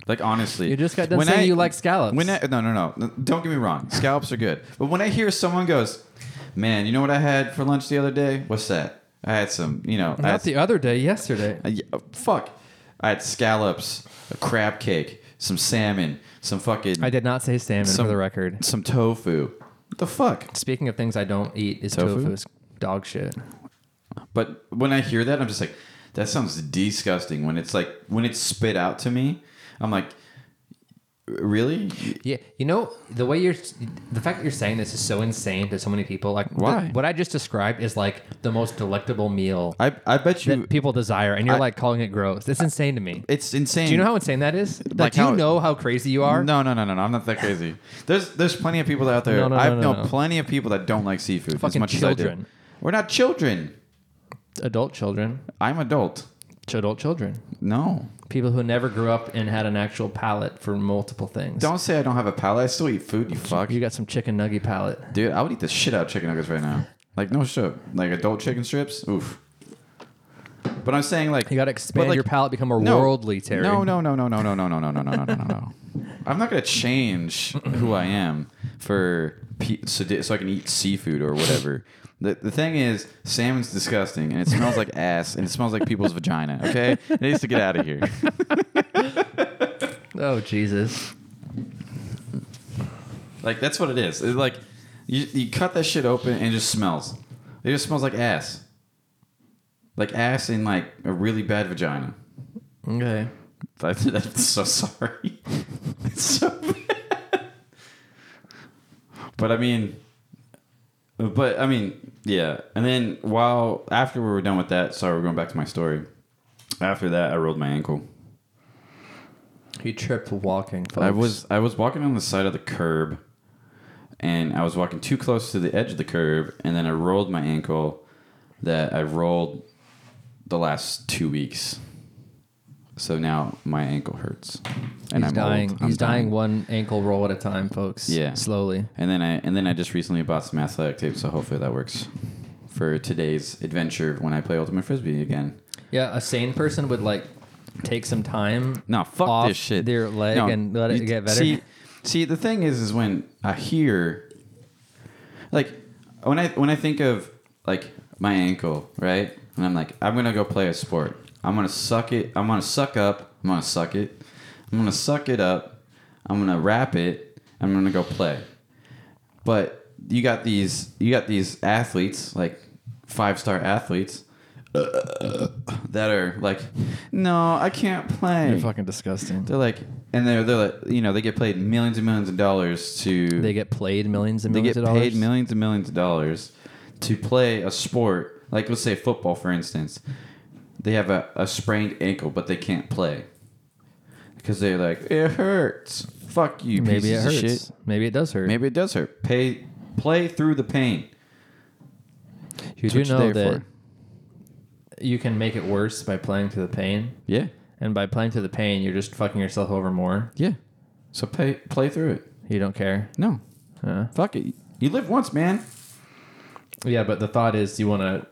Like honestly, You just got done saying you like scallops. When I, no, no, no, don't get me wrong. Scallops are good, but when I hear someone goes, "Man, you know what I had for lunch the other day? What's that? I had some, you know, I had Not the other day, yesterday. Uh, yeah, uh, fuck. I had scallops, a crab cake, some salmon, some fucking I did not say salmon Some- for the record. some tofu. What the fuck? Speaking of things I don't eat is Tofu? tofu, is dog shit. But when I hear that, I'm just like, that sounds disgusting. When it's like when it's spit out to me, I'm like, really? Yeah, you know the way you're, the fact that you're saying this is so insane to so many people. Like, the- Why? what I just described is like the most delectable meal I I bet you that people desire, and you're I- like calling it gross. It's insane to me. it's insane. Do you know how insane that is? Like, Like do you how- know how crazy you are? No, no, no, no, no. I'm not that crazy. There's there's plenty of people out there. No, no, no, I've no, known no. plenty of people that don't like seafood as Fucking much as I do. children. We're not children. Adult children, I'm adult. to adult children, No. people who never grew up and had an actual palate for multiple things. Don't say I don't have a palate. I still eat food, you fuck. you got some chicken nugget palate? Dude, I would eat the shit out of chicken nuggets right now. Like, no shit. Like, adult chicken strips? Oof. But I'm saying, like, You got to but, expand like, your palate, become more no. worldly, Terry. No, no, no, no, no, no, no, no, no, no, no, no, no, no. I'm not gonna change who I am for pe- so, di- so I can eat seafood or whatever. The, the thing is, salmon's disgusting and it smells like ass and it smells like people's vagina. Okay, it needs to get out of here. Oh Jesus. Like that's what it is. It's like you, you cut that shit open and it just smells. It just smells like ass. Like ass in like a really bad vagina. *laughs* Okay. That, I'm so sorry. *laughs* It's so bad. But I mean, but I mean, yeah. And then while after we were done with that, sorry, we're going back to my story. After that, I rolled my ankle. He tripped walking. Folks. I was I was walking on the side of the curb, and I was walking too close to the edge of the curb, and then I rolled my ankle. That I rolled the last two weeks, so now my ankle hurts, and He's I'm dying. Old. I'm He's dying, one ankle roll at a time, folks. Yeah. Slowly. And then I and then I just recently bought some athletic tape, so hopefully that works for today's adventure when I play ultimate frisbee again. Yeah, a sane person would like take some time. No, fuck off this shit. Their leg No, and let it you- get better. See, see, the thing is, is when I hear, like, when I when I think of like my ankle, right, and I'm like, I'm gonna go play a sport. I'm gonna suck it. I'm gonna suck up. I'm gonna suck it. I'm gonna suck it up. I'm gonna wrap it. I'm gonna go play. But you got these, you got these athletes, like five star athletes. *clears throat* that are like, no, I can't play. You're fucking disgusting. They're like, and they're they're like, you know, they get paid millions and millions of dollars to They get played millions and they millions get paid of dollars. millions and millions of dollars to play a sport like let's say football for instance. They have a, a sprained ankle, but they can't play because they're like, it hurts. Fuck you, Maybe it pieces hurts. of shit. Maybe it does hurt. Maybe it does hurt. Pay play through the pain. you That's do what you're know there that you can make it worse by playing through the pain, Yeah, and by playing through the pain, you're just fucking yourself over more. yeah. So pay play through it. You don't care. No, Uh, fuck it. You live once, man. yeah, but the thought is you want to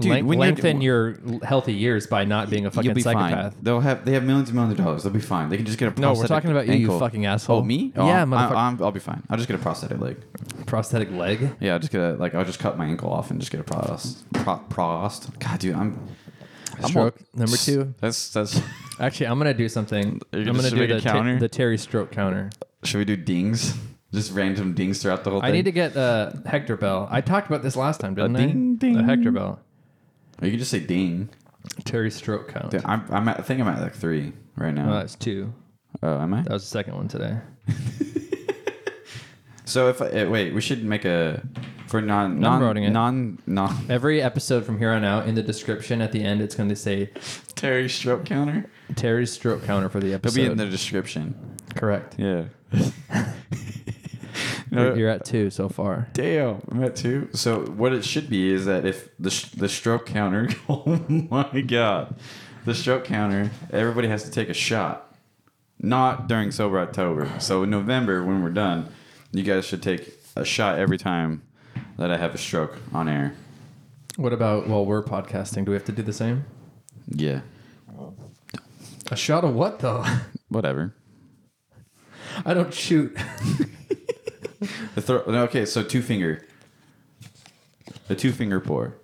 Dude, when you're- lengthen your healthy years by not being a fucking psychopath. Fine. They'll have they have millions and millions of dollars. They'll be fine. They can just get a No, prosthetic we're talking about you, you ankle. fucking asshole. Oh, me? Oh, Yeah, I'm, motherfucker. I'm, I'll be fine. I'll just get a prosthetic leg. Prosthetic leg. Yeah, I'll just get a like. I'll just cut my ankle off and just get a prost. Pro, prost. God, dude, I'm. I'm Stroke, all- number two. That's that's. Actually, I'm gonna do something. Are you I'm gonna just gonna do make a the, Ter- counter? the Terry stroke counter. Should we do dings? Just random dings throughout the whole I thing. need to get a Hector Bell. I talked about this last time, didn't I? ding, ding. A Hector Bell. Or you can just say ding. Terry stroke count. Dude, I'm, I'm at, I think I'm at like three right Oh, now. that's two. Oh, am I? That was the second one today. So if I, eh, wait, we should make a for non non writing it. non non *laughs* Every episode from here on out, in the description at the end, it's going to say Terry stroke counter. Terry's stroke counter for the It'll episode. be in the description. Correct. *laughs* Yeah. Uh, You're, you're at two so far. Damn, I'm at two. So what it should be is that if the sh- the stroke counter, *laughs* oh my god, the stroke counter, everybody has to take a shot, not during sober October. So in November, when we're done, you guys should take a shot every time that I have a stroke on air. What about while we're podcasting? Do we have to do the same? Yeah, A shot of what though? *laughs* whatever. I don't shoot. The throw. no, Okay, so two finger, the two finger pour.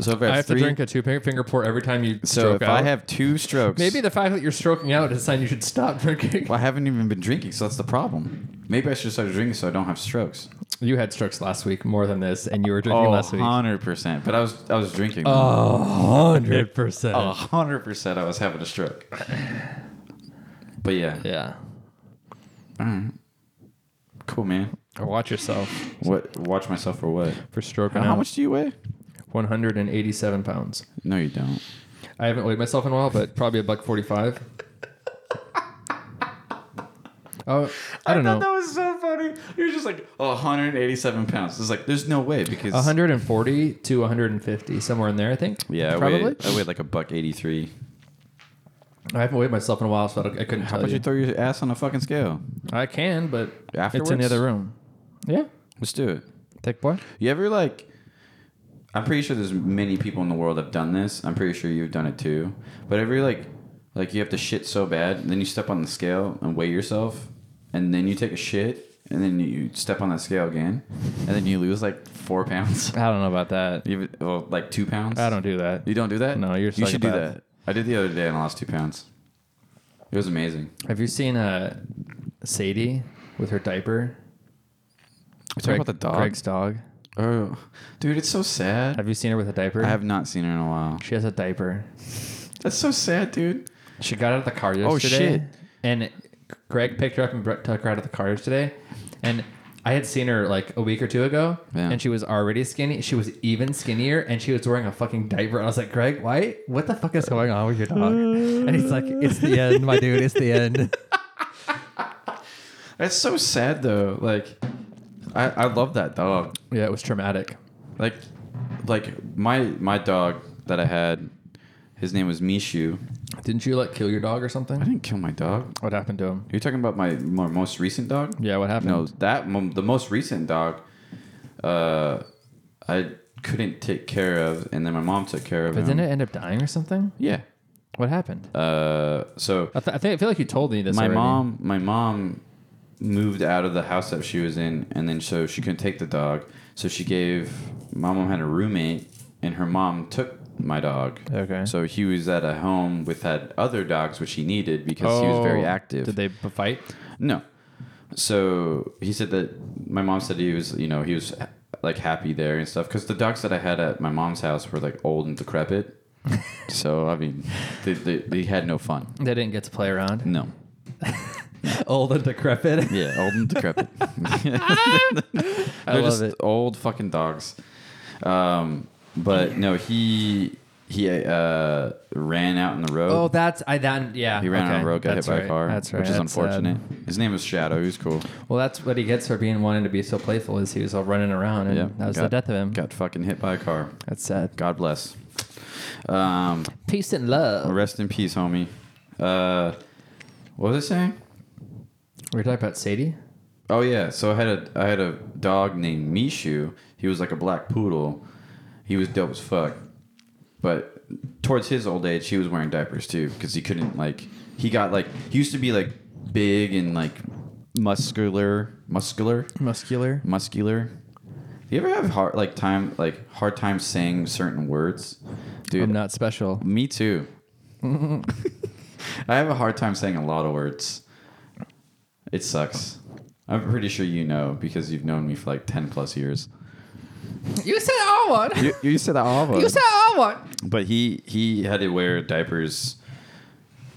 So if I have, I have three, to drink a two finger pour every time you so stroke if out. I have two strokes, Maybe the fact that you're stroking out is a sign you should stop drinking. Well, I haven't even been drinking, so that's the problem. Maybe I should start drinking so I don't have strokes. You had strokes last week more than this, and you were Oh, drinking last week. 100%. But I was I was drinking. Oh. hundred percent. *laughs* 100% I was having a stroke. But yeah, Yeah. cool, man. Or watch yourself What? Watch myself for what? for stroking How, out. how much do you weigh? 187 pounds. No, you don't. I haven't weighed myself in a while, but probably a buck 45. Oh, I don't know. was so funny. You're just like 187 pounds. It's like, there's no way because. 140 to 150, somewhere in there, I think. Yeah, I probably. weighed, I weighed like a buck 83. I haven't weighed myself in a while, so I, don't- I couldn't How tell about you. you throw your ass on a fucking scale? I can, but it's in Afterwards? the other room. Yeah, Let's do it. thick boy. You ever like? I'm pretty sure there's many people in the world have done this. I'm pretty sure you've done it too. But ever like, like you have to shit so bad, and then you step on the scale and weigh yourself, and then you take a shit, and then you step on that scale again, and then you lose like four pounds. *laughs* I don't know about that. You have- well, like two pounds. I don't do that. You don't do that? No, you're a You should do psychopath. that. I did the other day and I lost two pounds. It was amazing. Have you seen uh, Sadie with her diaper? You Greg- Greg's dog. Oh, dude, it's so sad. Have you seen her with a diaper? I have not seen her in a while. She has a diaper. That's so sad, dude. She got out of the car yesterday. Oh, shit. And Greg picked her up and br- took her out of the car yesterday. And I had seen her like a week or two ago, Yeah. and she was already skinny. She was even skinnier, and she was wearing a fucking diaper. And I was like, Greg, why? What the fuck is going on with your dog? and he's like, It's the end, my dude. It's the *laughs* end. That's so sad though. Like, I, I love that dog. yeah, it was traumatic. Like, like my my dog that I had, his name was Mishu. Didn't you like kill your dog or I something? didn't kill my dog. What happened to him? You're talking about my, my most recent dog? Yeah, what happened? No, that mo- the most recent dog, uh, I couldn't take care of, and then my mom took care of But him. didn't it end up dying or something? Yeah. What happened? Uh, so I, th- I think I feel like you told me this. my already. mom, my mom, moved out of the house that she was in, and then so she couldn't take the dog, so she gave my mom had a roommate, and her mom took my dog. Okay. So he was at a home with had other dogs, which he needed because he was very Oh, active. Did they b- fight? No. So he said that my mom said he was, you know, he was like happy there and stuff because the dogs that I had at my mom's house were like old and decrepit. *laughs* so I mean, they, they, they had no fun. They didn't get to play around. No. *laughs* Old and decrepit. Yeah, old and decrepit. *laughs* *laughs* I They're love just it. old fucking dogs. Um, but no, he he uh, ran out in the road. Oh, that's I that yeah. he ran out on okay. the road, got That's hit by right. a car, That's right. which is That's um, unfortunate. sad. His name was Shadow. He was cool. Well, that's what he gets for being wanting to be so playful. Is he was all running around, and Yeah, that was the got- death of him. Got fucking hit by a car. That's sad. God bless. Um, Peace and love. rest in peace, homie. Uh, what was I saying? We were talking about Sadie. Oh yeah, so I had a I had a dog named Mishu. He was like a black poodle. He was dope as fuck. But towards his old age, he was wearing diapers too because he couldn't like he got like he used to be like big and like muscular, muscular, Muscular. muscular. Do you ever have hard like time like hard time saying certain words? Dude, I'm not special. Me too. *laughs* I have a hard time saying a lot of words. It sucks. I'm pretty sure you know because you've known me for like 10 plus years. You said I want. *laughs* You, *laughs* you said that all of us. I want. But he, he had to wear diapers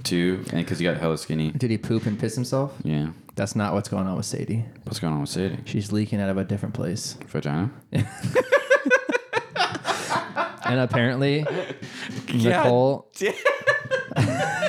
too and because he got hella skinny. Did he poop and piss himself? Yeah. That's not what's going on with Sadie. What's going on with Sadie? She's leaking out of a different place. Vagina? And apparently, Nicole. *laughs* I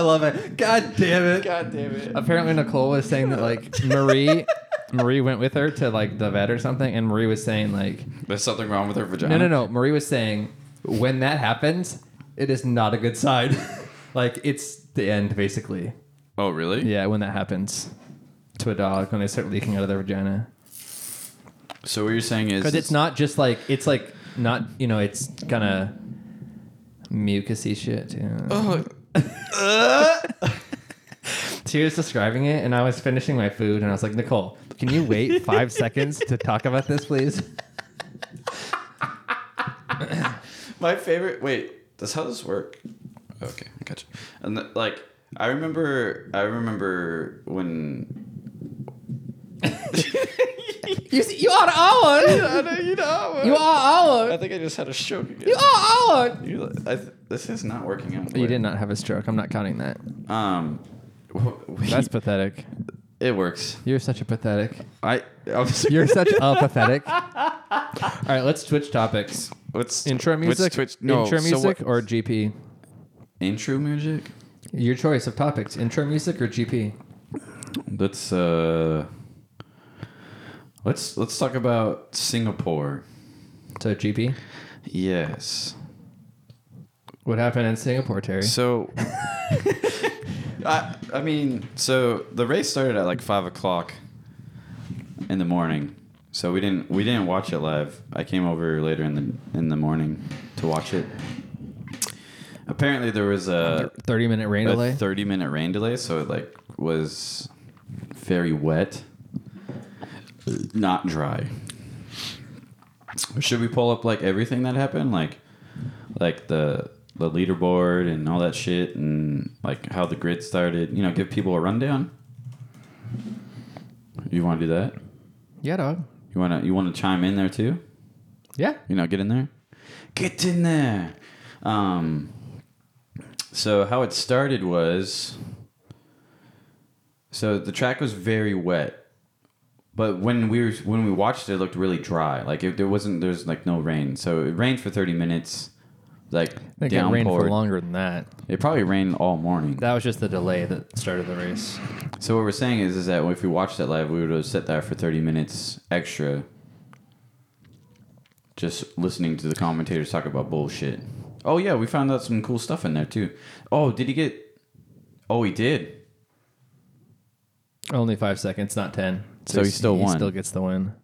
love it. God damn it. God damn it. Apparently, Nicole was saying that like Marie, Marie went with her to like the vet or something, and Marie was saying like, There's something wrong with her vagina. no, no, no. Marie was saying when that happens, it is not a good sign. *laughs* like it's the end, basically. Oh, really? Yeah, when that happens to a dog, when they start leaking out of their vagina. So what you're saying is. Because it's not just like it's like not you know it's kind of mucusy shit. You know? *laughs* She was describing it, and I was finishing my food, and I was like, Nicole, can you wait five *laughs* seconds to talk about this, please? My favorite. Wait, does how this work? Okay, I got you. And the, like, I remember, I remember when. You, you are Owen. you know. are Owen. think I just had a stroke again. are Owen. You- I th- this is not working out. You did not have a stroke. I'm not counting that. Um, That's pathetic. it works. You're such a pathetic. I. I'm You're such *laughs* a pathetic. All right, let's switch topics. *laughs* What's Intro what's music, Twitch? No, intro so music, what- or GP. intro music? Your choice of topics: intro music or GP. Let's uh. Let's let's talk about Singapore. So GP. Yes. What happened in Singapore, Terry? So, *laughs* I, I mean, so the race started at like five o'clock in the morning. So we didn't we didn't watch it live. I came over later in the in the morning to watch it. Apparently, there was a, Thirty minute rain a delay. thirty minute rain delay, so it like was very wet, not dry. Should we pull up like everything that happened, like like the the leaderboard and all that shit, and like how the grid started? You know, give people a rundown. You want to do that? Yeah, dog. You want to you want to chime in there too? Yeah. You know, get in there. Get in there. Um, so how it started was so the track was very wet, but when we were when we watched it, it looked really dry. Like it, there wasn't there's like no rain. So it rained for thirty minutes. Like I think it downpour. rained for longer than that. It probably rained all morning. That was just the delay that started the race. So what we're saying is, is that if we watched that live, we would have sat there for thirty minutes extra, just listening to the commentators talk about bullshit. Oh yeah, we found out some cool stuff in there too. Oh, did he get? Oh, he did. Only five seconds, not ten. So he still won. Still gets the win,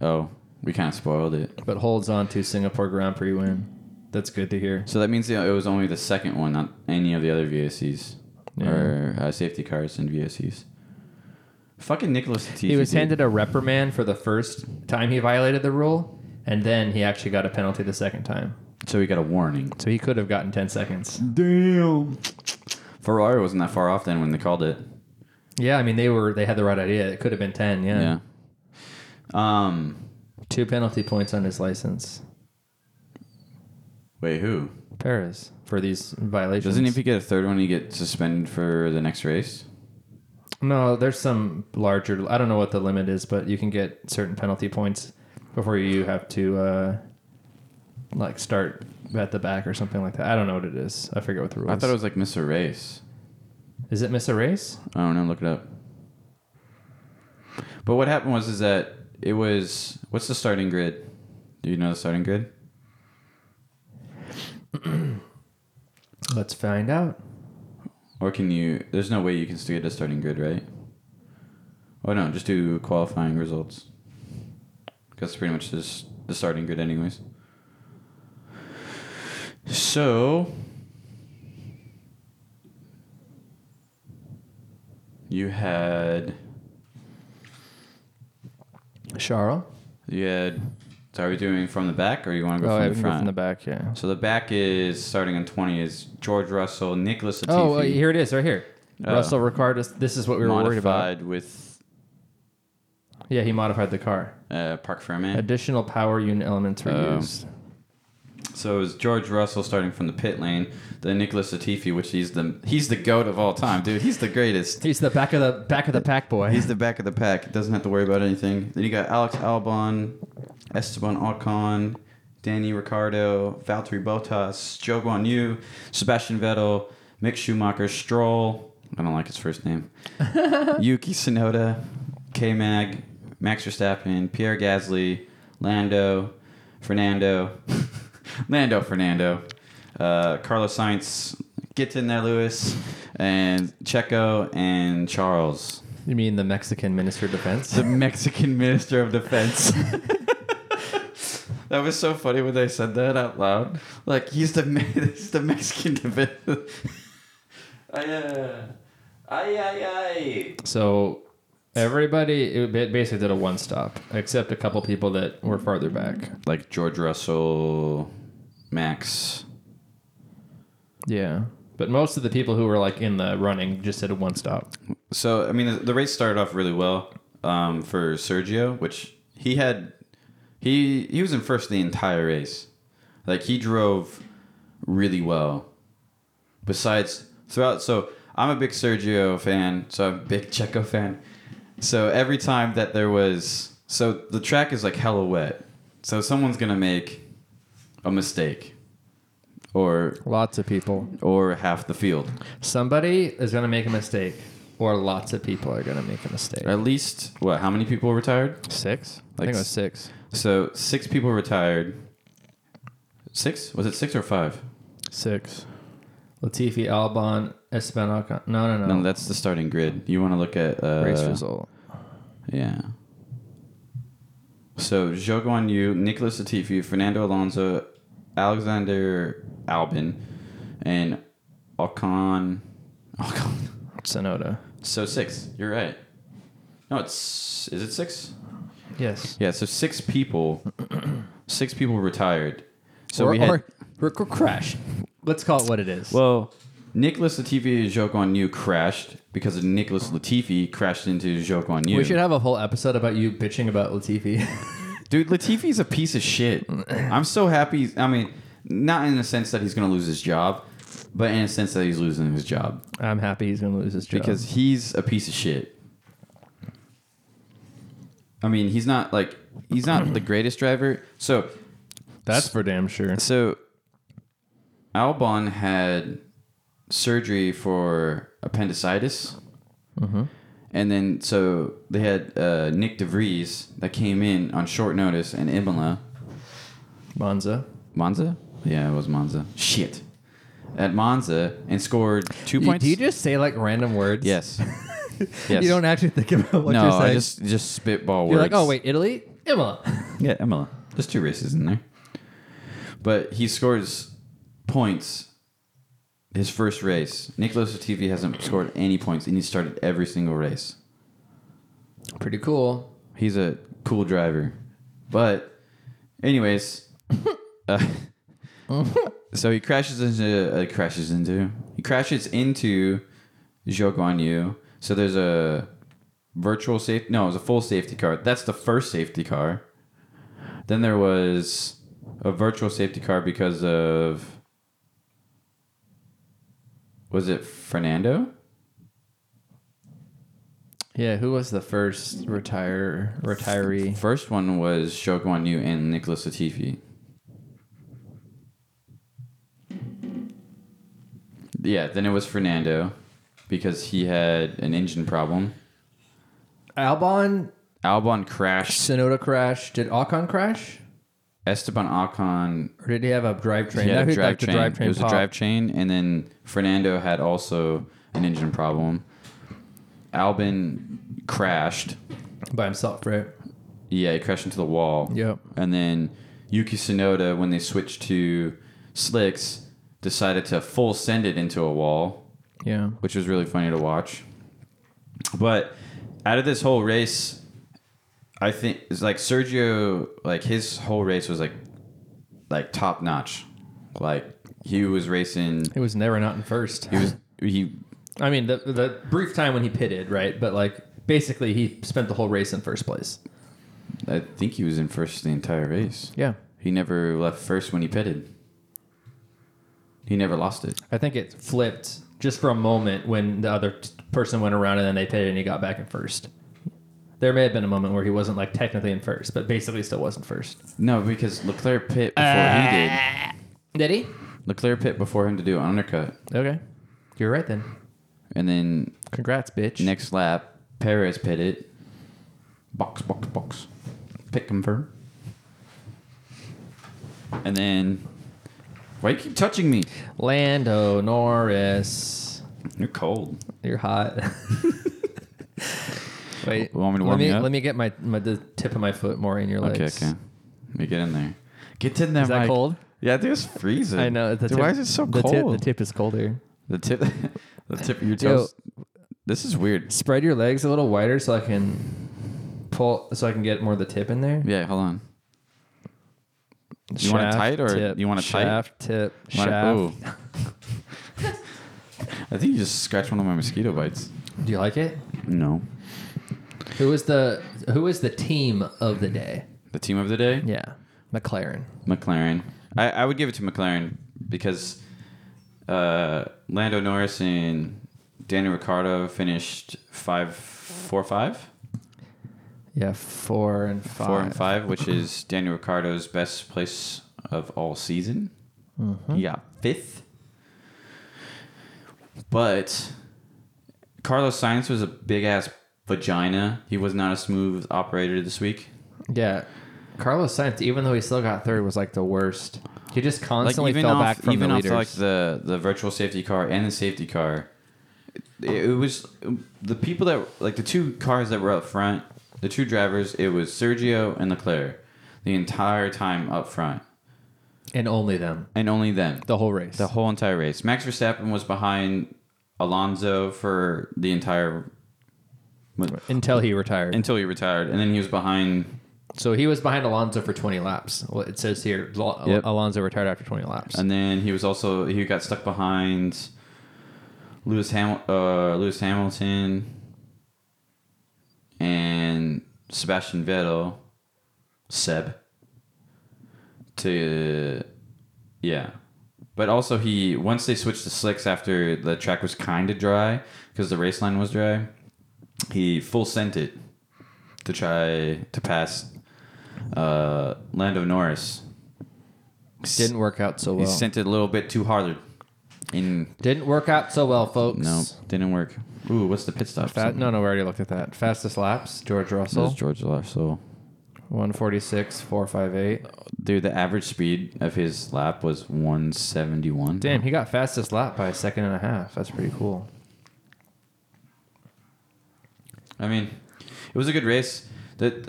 Oh, we kind of spoiled it. but holds on to Singapore Grand Prix win. That's good to hear. So that means you know, it was only the second one, not any of the other VSCs Yeah. or uh, safety cars and VSCs. Fucking Nicholas Latifi. He was dude. handed a reprimand for the first time he violated the rule, and then he actually got a penalty the second time. So he got a warning. So he could have gotten ten seconds. Damn. Ferrari wasn't that far off then when they called it. Yeah, I mean they were they had the right idea. It could have been ten. Yeah, Yeah. Um. two penalty points on his license. Wait, who Perez for these violations. doesn't if he get a third one, he get suspended for the next race? No, there's some larger. I don't know what the limit is, but you can get certain penalty points before you have to uh, like start at the back or something like that. I don't know what it is. I forget what the rule I is. thought it was like miss a race. Is it miss a race? I don't know. Look it up. But what happened was is that it was what's the starting grid? Do you know the starting grid? Let's find out. Or can you? There's no way you can still get a starting grid, right? Oh no, just do qualifying results. That's pretty much this the starting grid, anyways. So you had Charles. you had. So are we doing from the back, or you want to go Oh, from I can the go front? from the back. Yeah. So the back is starting on twenty is George Russell, Nicholas Latifi. Oh, wait, here it is, right here. Oh. Russell Ricardus. This is what we were worried about. modified with Yeah, he modified the car. uh, Park Fermi. Additional power unit elements were Oh. used. So it was George Russell starting from the pit lane, then Nicholas Latifi, which he's the he's the goat of all time, dude. He's the greatest. He's the back of the back of the pack boy. He's the back of the pack. Doesn't have to worry about anything. Then you got Alex Albon, Esteban Ocon, Danny Ricardo, Valtteri Bottas, Joe Guan Yu, Sebastian Vettel, Mick Schumacher, Stroll. I don't like his first name. Yuki Tsunoda, K Mag, Max Verstappen, Pierre Gasly, Lando, Fernando, *laughs* Lando Fernando, uh, Carlos Sainz, get in there, Lewis, and Checo and Charles, *laughs* you mean the Mexican Minister of Defense? the Mexican Minister of Defense. That was so funny when they said that out loud. Like he's the Me- *laughs* he's the Mexican defense. I, uh, ay ay ay. So everybody it ba- basically did a one stop, except a couple people that were farther back. like George Russell, Max. Yeah. But most of the people who were like in the running just did a one stop. So I mean, the, the race started off really well um, for Sergio, which he had. He he was in first the entire race, like he drove really well. Besides throughout, so I'm a big Sergio fan, so I'm a big *laughs* Checo fan. So every time that there was, so the track is like hella wet, so someone's gonna make a mistake, or Lots of people. or half the field. Somebody is going to make a mistake, or lots of people are going to make a mistake. At least what? How many people retired? Six? I Like think it was s- six. So six people retired. Six? Was it six or five? Six. Latifi, Albon, Esteban Ocon. No, no, no. No, that's the starting grid. You want to look at uh, Race result. Yeah. So Zhou Guan Yu, Nicholas Latifi, Fernando Alonso, Alexander Albin, and Ocon. *laughs* Ocon. Sonoda. So six. You're right. No, it's is it six? Yes. Yeah. So six people, *clears throat* six people retired. So or, we had or, or crash. Let's call it what it is. well, Nicholas Latifi joke on you crashed because Nicholas Latifi crashed into joke on you. we should have a whole episode about you bitching about Latifi. Dude, Latifi's a piece of shit. I'm so happy. I mean, not in the sense that he's going to lose his job, but in a sense that he's losing his job *laughs* I'm happy he's gonna lose his job because he's a piece of shit. I mean, he's not like he's not the greatest driver. So, that's for damn sure. so Albon had surgery for appendicitis. Mm-hmm. And then, so they had uh, Nick DeVries that came in on short notice and Imola. Monza. Monza? Yeah, it was Monza. Shit. At Monza and scored two Do points. you just say like random words? *laughs* yes. yes. You don't actually think about what no, you're saying. I just just spitball you're words. like, oh wait, Italy, Emma. Yeah, Imola. There's two races in there. But he scores points his first race. Nicholas Latifi hasn't scored any points and he started every single race. *laughs* Pretty cool. He's a cool driver. But, anyways, uh, *laughs* so he crashes into uh, crashes into he crashes into Zhou Guan Yu. So there's a virtual safety. No, it was a full safety car. That's the first safety car. Then there was a virtual safety car because of was it Fernando? Yeah, who was the first retire retiree? First one was Zhou Guan Yu and Nicholas Latifi. Yeah, then it was Fernando because he had an engine problem. Albon, Albon crashed. Sonoda crash. Did Ocon crash? Esteban Ocon Or did he have a drivetrain? he had That a who'd drive like the train. drivetrain It was pop. a drive chain, and then Fernando had also an engine problem. Albon crashed. by himself, right? Yeah, he crashed into the wall. Yep. And then Yuki Tsunoda, when they switched to slicks, decided to full send it into a wall, Yeah. which was really funny to watch. But out of this whole race, I think it's like Sergio, like his whole race was like, like top notch. Like he was racing. He was never not in first. He was he I mean, the the brief time when he pitted, right? But like basically, he spent the whole race in first place. I think he was in first the entire race. Yeah, He never left first when he pitted. He never lost it. I think it flipped just for a moment when the other t- person went around and then they pitted and he got back in first. There may have been a moment where he wasn't like technically in first, but basically still wasn't first. No, because Leclerc pit before he did. Did he? Leclerc pit before him to do an undercut, Okay, you're right then. and then Congrats, bitch. next lap Perez pitted. Box, box, box. Pit confirm. And then, why you keep touching me? Lando Norris, You're cold. you're hot. *laughs* Wait, Want me let to warm me you up? let me get my, my the tip of my foot more in your legs. Okay, okay. Let me get in there. Get in there, Is that Mike. cold? Yeah, dude, it's freezing. I know. The Dude, tip, why is it so the Tip, cold? the tip is colder. The tip, *laughs* the tip of your Yo. toes. This is weird. Spread your legs a little wider so I can pull, so I can get more of the tip in there. Yeah, hold on. You want it tight or you want it tight? shaft tip Wanna- shaft? ooh. I think you just scratched one of my mosquito bites. Do you like it? No. Who is the who is the team of the day? The team of the day, Yeah, McLaren. McLaren. I, I would give it to McLaren because uh, Lando Norris and Daniel Ricciardo finished five, four, five. Yeah, four and five. four and five, which is *clears throat* Daniel Ricciardo's best place of all season. Mm-hmm. He got fifth. But Carlos Sainz was a big ass vagina. He was not a smooth operator this week. Yeah, Carlos Sainz, even though he still got third, was like the worst. He just constantly even fell off, back from even the off leaders. like the the virtual safety car and the safety car. It, it was the people that like the two cars that were up front, the two drivers. It was Sergio and Leclerc, the entire time up front, and only them and only them. the whole race. The whole entire race. Max Verstappen was behind Alonso for the entire until he retired. until he retired, and then he was behind. so he was behind Alonso for 20 laps. Well, it says here Lo- Yep. Alonso retired after 20 laps. And then he was also he got stuck behind Lewis Ham uh, Lewis Hamilton and Sebastian Vettel, Seb. To yeah, but also he once they switched to slicks after the track was kind of dry because the race line was dry, he full sent it to try to pass uh, Lando Norris. Didn't work out so He well. sent it a little bit too hard. In Didn't work out so well, folks. no, didn't work. Ooh, what's the pit stop? Fa- no, no, we already looked at that. Fastest laps, George That's Russell, George Russell. 146, 458. Dude, the average speed of his lap was 171. Damn, he got fastest lap by a second and a half. That's pretty cool. I mean, it was a good race. That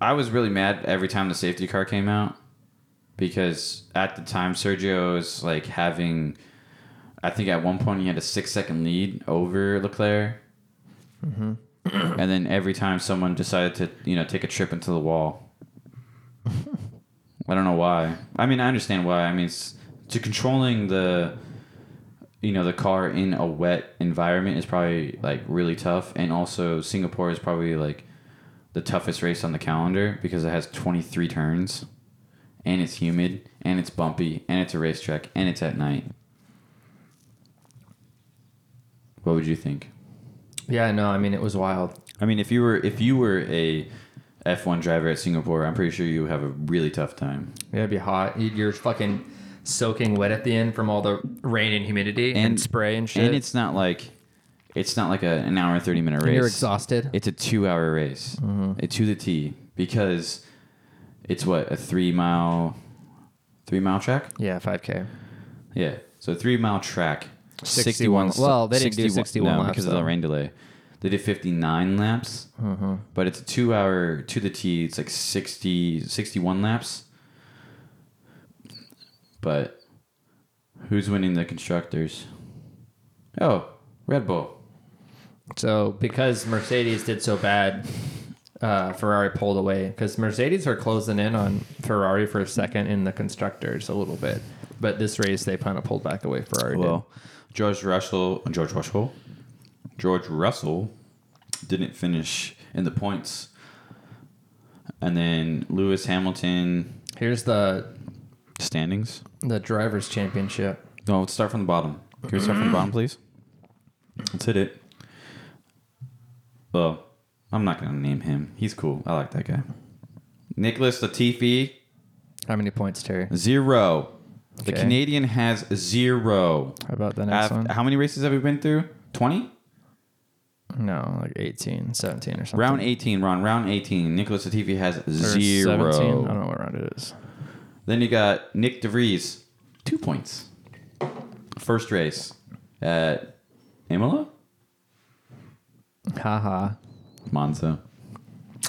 I was really mad every time the safety car came out because at the time Sergio was like having, I think at one point he had a six second lead over Leclerc, and then every time someone decided to you know take a trip into the wall. I don't know why. I mean, I understand why. I mean, it's, to controlling the you know the car in a wet environment is probably like really tough and also singapore is probably like the toughest race on the calendar because it has 23 turns and it's humid and it's bumpy and it's a racetrack and it's at night what would you think Yeah, no, I mean, it was wild. i mean if you were if you were a f1 driver at singapore i'm pretty sure you would have a really tough time Yeah, it'd be hot. You- You're fucking soaking wet at the end from all the rain and humidity and, spray and shit. and it's not like it's not like a, an hour and 30 minute race And you're exhausted. It's a two hour race Mm-hmm. It- to the T because it's what a three mile, three mile track. yeah, 5K. Yeah, so three mile track. 61 well, they didn't do 61 no, laps, because of though. the rain delay. They did 59 laps, Mm-hmm. but it's a two hour to the T. It's like 60, 61 laps. But who's winning the constructors? Oh, Red Bull. So because Mercedes did so bad, uh, Ferrari pulled away because Mercedes are closing in on Ferrari for a second in the constructors a little bit. But this race, they kind of pulled back away. Ferrari did. Well, George Russell, George Russell, George Russell didn't finish in the points, and then Lewis Hamilton Here's the standings. the drivers' championship. No, let's start from the bottom. Can we start from the bottom, please? Let's hit it. Well, I'm not gonna name him. He's cool. I like that guy. Nicholas Latifi How many points, Terry? zero. The Okay. Canadian has zero. How about the next Af- one? How many races have we been through? Twenty. No, like 18, 17 or something. Round 18, Ron. Round 18. Nicholas Latifi has Or 0 17. I don't know what round it is. Then you got Nick DeVries, two points. First race at Imola? Haha. Monza.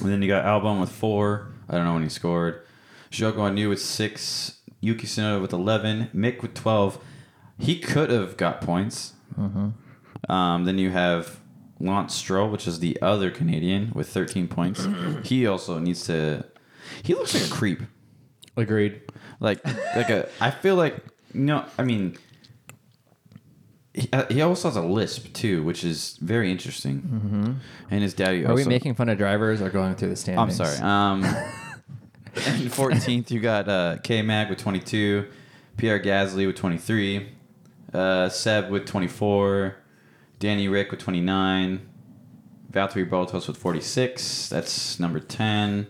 And then you got Albon with four. I don't know when he scored. Shogo Anu with six. Yuki Tsunoda with 11. Mick with 12. He could have got points. Mm-hmm. Um, then you have Lance Stroll, which is the other Canadian, with *clears throat* 13 points. he also needs to. He looks like a creep. Agreed. Like, like a. I feel like. No, I mean. He, uh, he also has a lisp, too, which is very interesting. Mm-hmm. And his daddy Are also. we making fun of drivers or going through the I'm standings? sorry. Um, and 14th, you got uh, K Mag with 22, Pierre Gasly with 23, uh, Seb with 24, Danny Rick with 29, Valtteri Bottas with 46. That's number 10.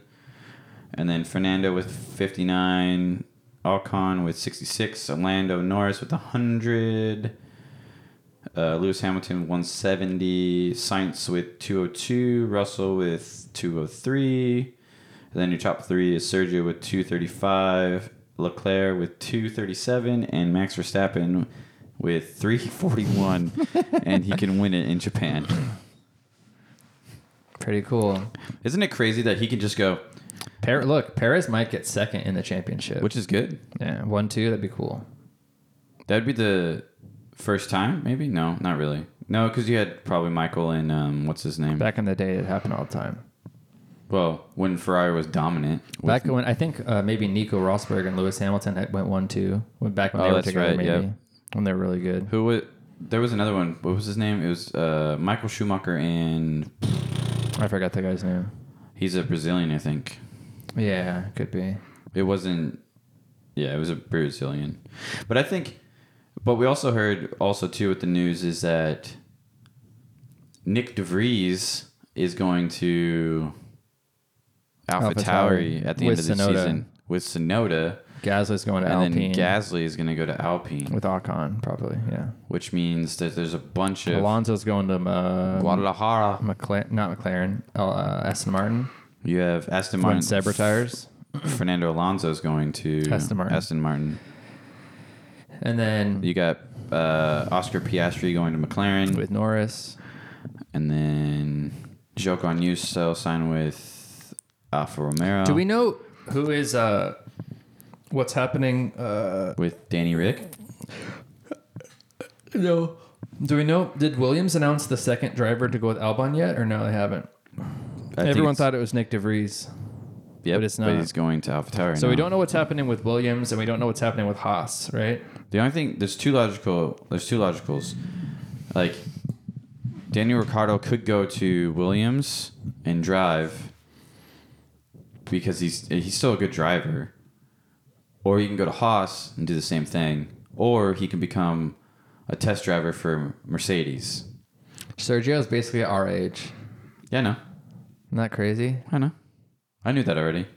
And then Fernando with 59, Alcon with 66, Orlando Norris with 100. Uh, Lewis Hamilton 170, Science with 202, Russell with 203. And then your top three is Sergio with 235, Leclerc with 237, and Max Verstappen with *laughs* 341. and he can win it in Japan. Pretty cool. Isn't it crazy that he can just go, Per- look, Perez might get second in the championship. which is good? yeah, one, two, that'd be cool. That'd be the first time, maybe? No, not really. No, because you had probably Michael and um, what's his name? Back in the day, it happened all the time. Well, when Ferrari was dominant. Back when I think uh, maybe Nico Rosberg and Lewis Hamilton had- went one two. Went back when Oh, they were that's together, right, maybe yep. when they were really good. Who was? There was another one. What was his name? It was uh, Michael Schumacher, and I forgot the guy's name. he's a Brazilian, I think. Yeah, could be. It wasn't. Yeah, it was a Brazilian, but I think. But we also heard also too with the news is that Nick DeVries is going to Alpha AlphaTauri at the with end of the Sonoda. season with Sonoda, Gasly's going to and Alpine then Gasly is going to go to Alpine, with Ocon probably. Yeah, which means that there's a bunch of Alonso's going to uh, Guadalajara. McLaren, not McLaren, uh, Aston Martin. You have Aston When Martin. Sabre tires, Fernando Alonso is going to Aston Martin. Aston Martin. and then You got uh, Oscar Piastri going to McLaren, with Norris. and then Joko Anusel signed with Alfa Romeo. Do we know who is uh, what's happening? Uh, with Danny Rick? no. Do we know? Did Williams announce the second driver to go with Albon yet, or no? They haven't. I Everyone think it's- thought it was Nick DeVries. yep, but it's But not. he's going to AlphaTauri. So we now. don't know what's happening with Williams, and we don't know what's happening with Haas, right? The only thing there's two logical. There's two logicals. Like Daniel Ricciardo could go to Williams and drive because he's he's still a good driver, or he can go to Haas and do the same thing, or he can become a test driver for Mercedes. Sergio is basically our age. Yeah, I know. Isn't that crazy? I know. I knew that already.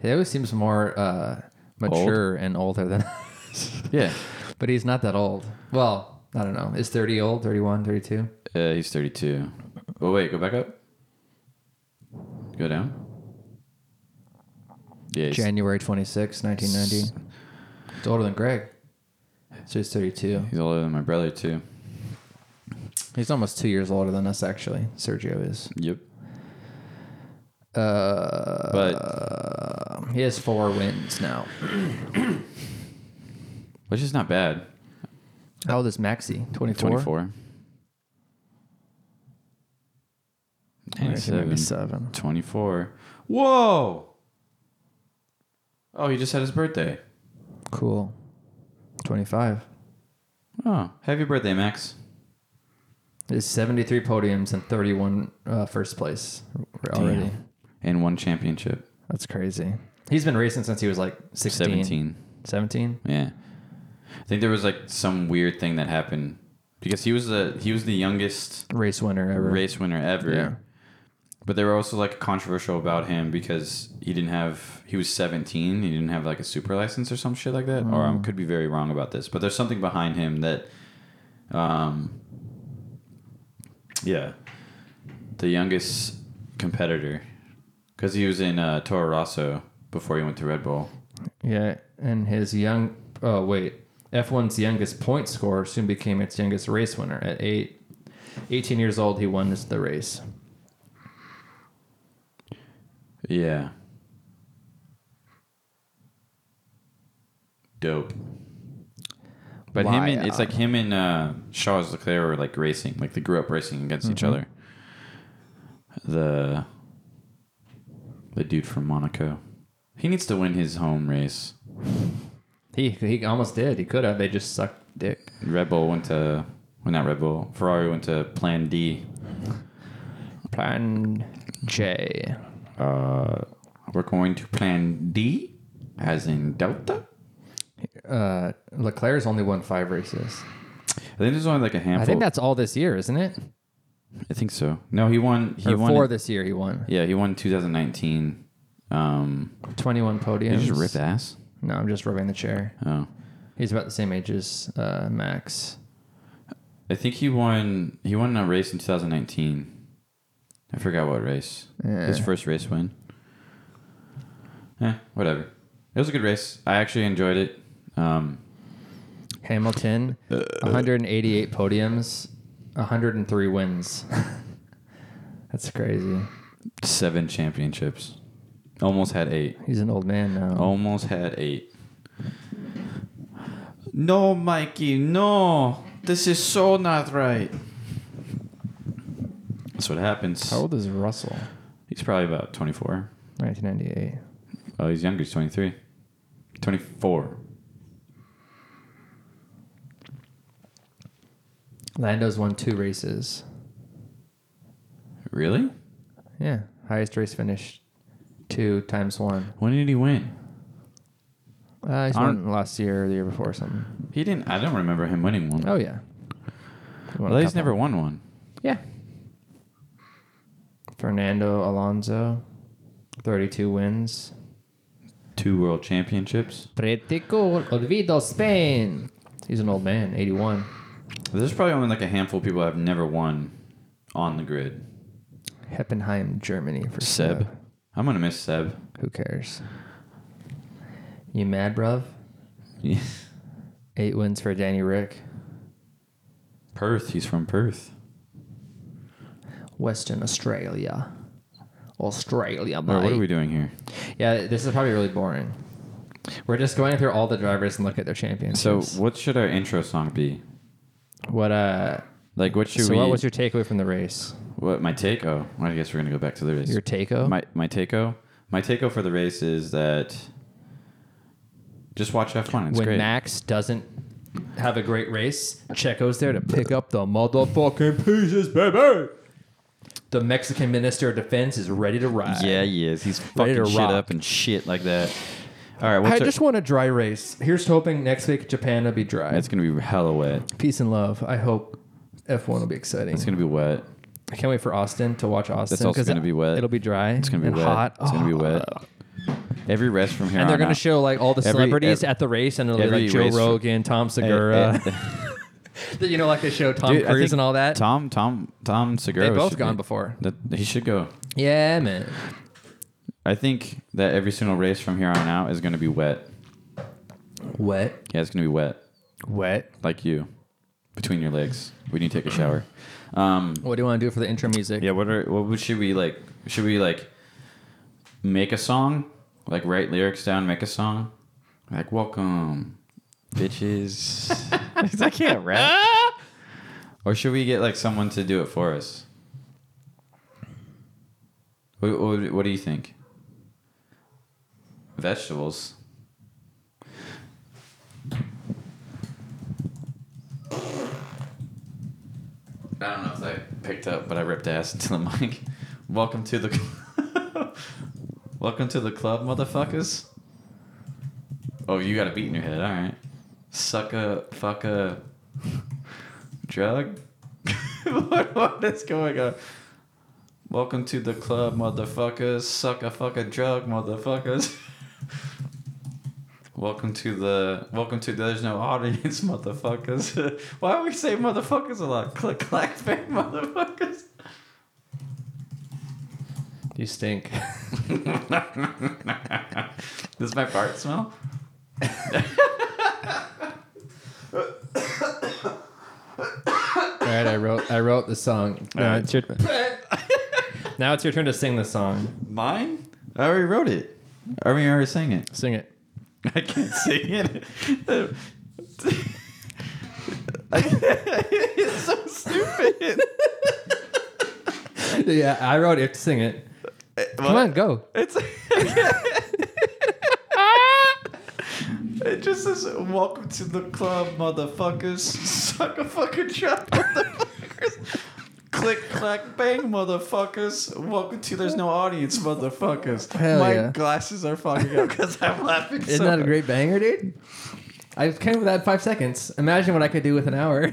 He always seems more uh, mature and older than *laughs* Yeah, But he's not that old. Well, I don't know. Is 30 old? 31, 32? uh, he's 32. Oh wait, go back up. Go down. Yeah, he's- January 26, 1990. It's older than Greg. So he's 32. He's older than my brother too. He's almost two years older than us, actually. Sergio is. Yep. Uh, But he has four wins now. which is not bad. How old is Maxi? 24? Twenty four. Ninety-seven. 1997. Twenty-four. Whoa. Oh, he just had his birthday. Cool. 25. Oh, happy birthday, Max. There's 73 podiums and 31 uh, first place already. Damn. And one championship. That's crazy. He's been racing since he was like 16. Seventeen. 17? Yeah. I think there was like some weird thing that happened because he was the he was the youngest race winner ever. race winner ever. Yeah. But they were also like controversial about him because he didn't have he was 17, he didn't have like a super license or some shit like that. Or I Mm. could be very wrong about this, but there's something behind him that um yeah. The youngest competitor cuz he was in uh Toro Rosso before he went to Red Bull. Yeah, and his young oh wait, F1's youngest point scorer soon became its youngest race winner at 8 18 years old he won this, the race. Yeah. Dope. But Why, him and it's uh, like him and uh, Charles Leclerc were like racing, like they grew up racing against each Mm-hmm. other. The the dude from Monaco, he needs to win his home race. He he almost did. He could have. They just sucked dick. Red Bull went to, well not Red Bull, Ferrari went to Plan D. Plan J. Uh, we're going to Plan D, as in Delta. Uh Leclerc's only won 5 races. I think there's only like a handful. I think that's all this year, isn't it? I think so. No, he won. He or won. 4 this year he won. Yeah, he won 2019. Um, 21 podiums. did you just rip ass? No, I'm just rubbing the chair. Oh, He's about the same age as uh, Max. I think he won. He won a race in 2019. I forgot what race. His Yeah. first race win. Eh, whatever. It was a good race. I actually enjoyed it. Um, Hamilton, Uh. 188 podiums, 103 wins. *laughs* That's crazy. seven championships. Almost had eight. He's an old man now. Oh, Almost had eight. No, Mikey, no. This is so not right. That's what happens. How old is Russell? He's probably about 24. 1998. Oh, he's younger. He's 23. 24. Lando's won two races. Really? Yeah, highest race finish, two times one. When did he win? Uh, he's Aren't- won last year or the year before or something. He didn't. I don't remember him winning one. Oh yeah. He won a well, he's couple. never won one. Yeah. Fernando Alonso, 32 wins. Two world championships. Pretty cool. Olvido Spain. He's an old man, 81. There's probably only like a handful of people that have never won on the grid. Heppenheim, Germany for Seb. I'm gonna *laughs* miss Seb. Who cares? You mad, bruv? Eight wins for Danny Rick. Perth. He's from Perth. Western Australia. Australia, Or what mate. are we doing here? Yeah, this is probably really boring. We're just going through all the drivers and look at their champions. So, what should our intro song be? what? Uh, Like, what should so we? what was your takeaway from the race? what my take? Oh, well, I guess we're gonna go back to the race. Your takeo? My my takeo. My takeo for the race is that just watch F one. It's when great. Max doesn't have a great race, Checo's there to pick up the motherfucking pieces, baby. The Mexican Minister of Defense is ready to ride. yeah, he is. He's Ready fucking to shit rock. up and shit like that. All right, I what's our, just want a dry race. Here's to hoping next week Japan will be dry. it's gonna be hella wet. Peace and love. I hope F1 will be exciting. It's gonna be wet. I can't wait for Austin to watch Austin. also 'cause gonna be wet. It'll be dry. It's gonna be and wet. hot. Oh. It's gonna be wet. Every rest from here And they're on gonna out- show like all the Every- celebrities ev- at the race, and it'll be every like Joe race- Rogan, Tom Eh, eh, *laughs* Segura, *laughs* eh, you know, like they show Tom dude, I uh, Cruise think and all that. Tom, Tom, Tom Segura. They've both should gone be- before. That, he should go. Yeah, man. I think that every single race from here on out is gonna be wet. Wet, Yeah, it's gonna be wet. wet. like you between your legs we need to take a shower um What do you want to do for the intro music? yeah what are what would- should we like should we like make a song like write lyrics down make a song like welcome bitches i can't rap or should we get like someone to do it for us what, what, what do you think vegetables I don't know if that picked up, but I ripped ass into the *laughs* mic. Welcome to the *laughs* Welcome to the club, motherfuckers. Oh, you got a beat in your head, alright. Suck a fuck a *laughs* drug? *laughs* what, what is going on? Welcome to the club, motherfuckers. Suck a fuck a drug, motherfuckers. *laughs* Welcome to the welcome to the, there's no audience, *laughs* motherfuckers. *laughs* Why do we say motherfuckers a lot? Click clack bang, *laughs* motherfuckers. You stink. *laughs* Does my fart smell? all right, I wrote I wrote the song. Now right. it's your *laughs* now it's your turn to sing the song. Mine? I already wrote it. I already already sang it. Sing it. *laughs* I can't sing it. it's so stupid. Yeah, I wrote it to sing it. Come on, *laughs* go. It's it just says welcome to the club, motherfuckers. Suck a fucking trap, motherfuckers. Click clack bang, motherfuckers. Welcome to there's no audience, motherfuckers. Hell My yeah. glasses are fogging up because I'm laughing. Isn't so that a hard. great banger, dude? I came up with that in five seconds. Imagine what I could do with an *laughs* hour.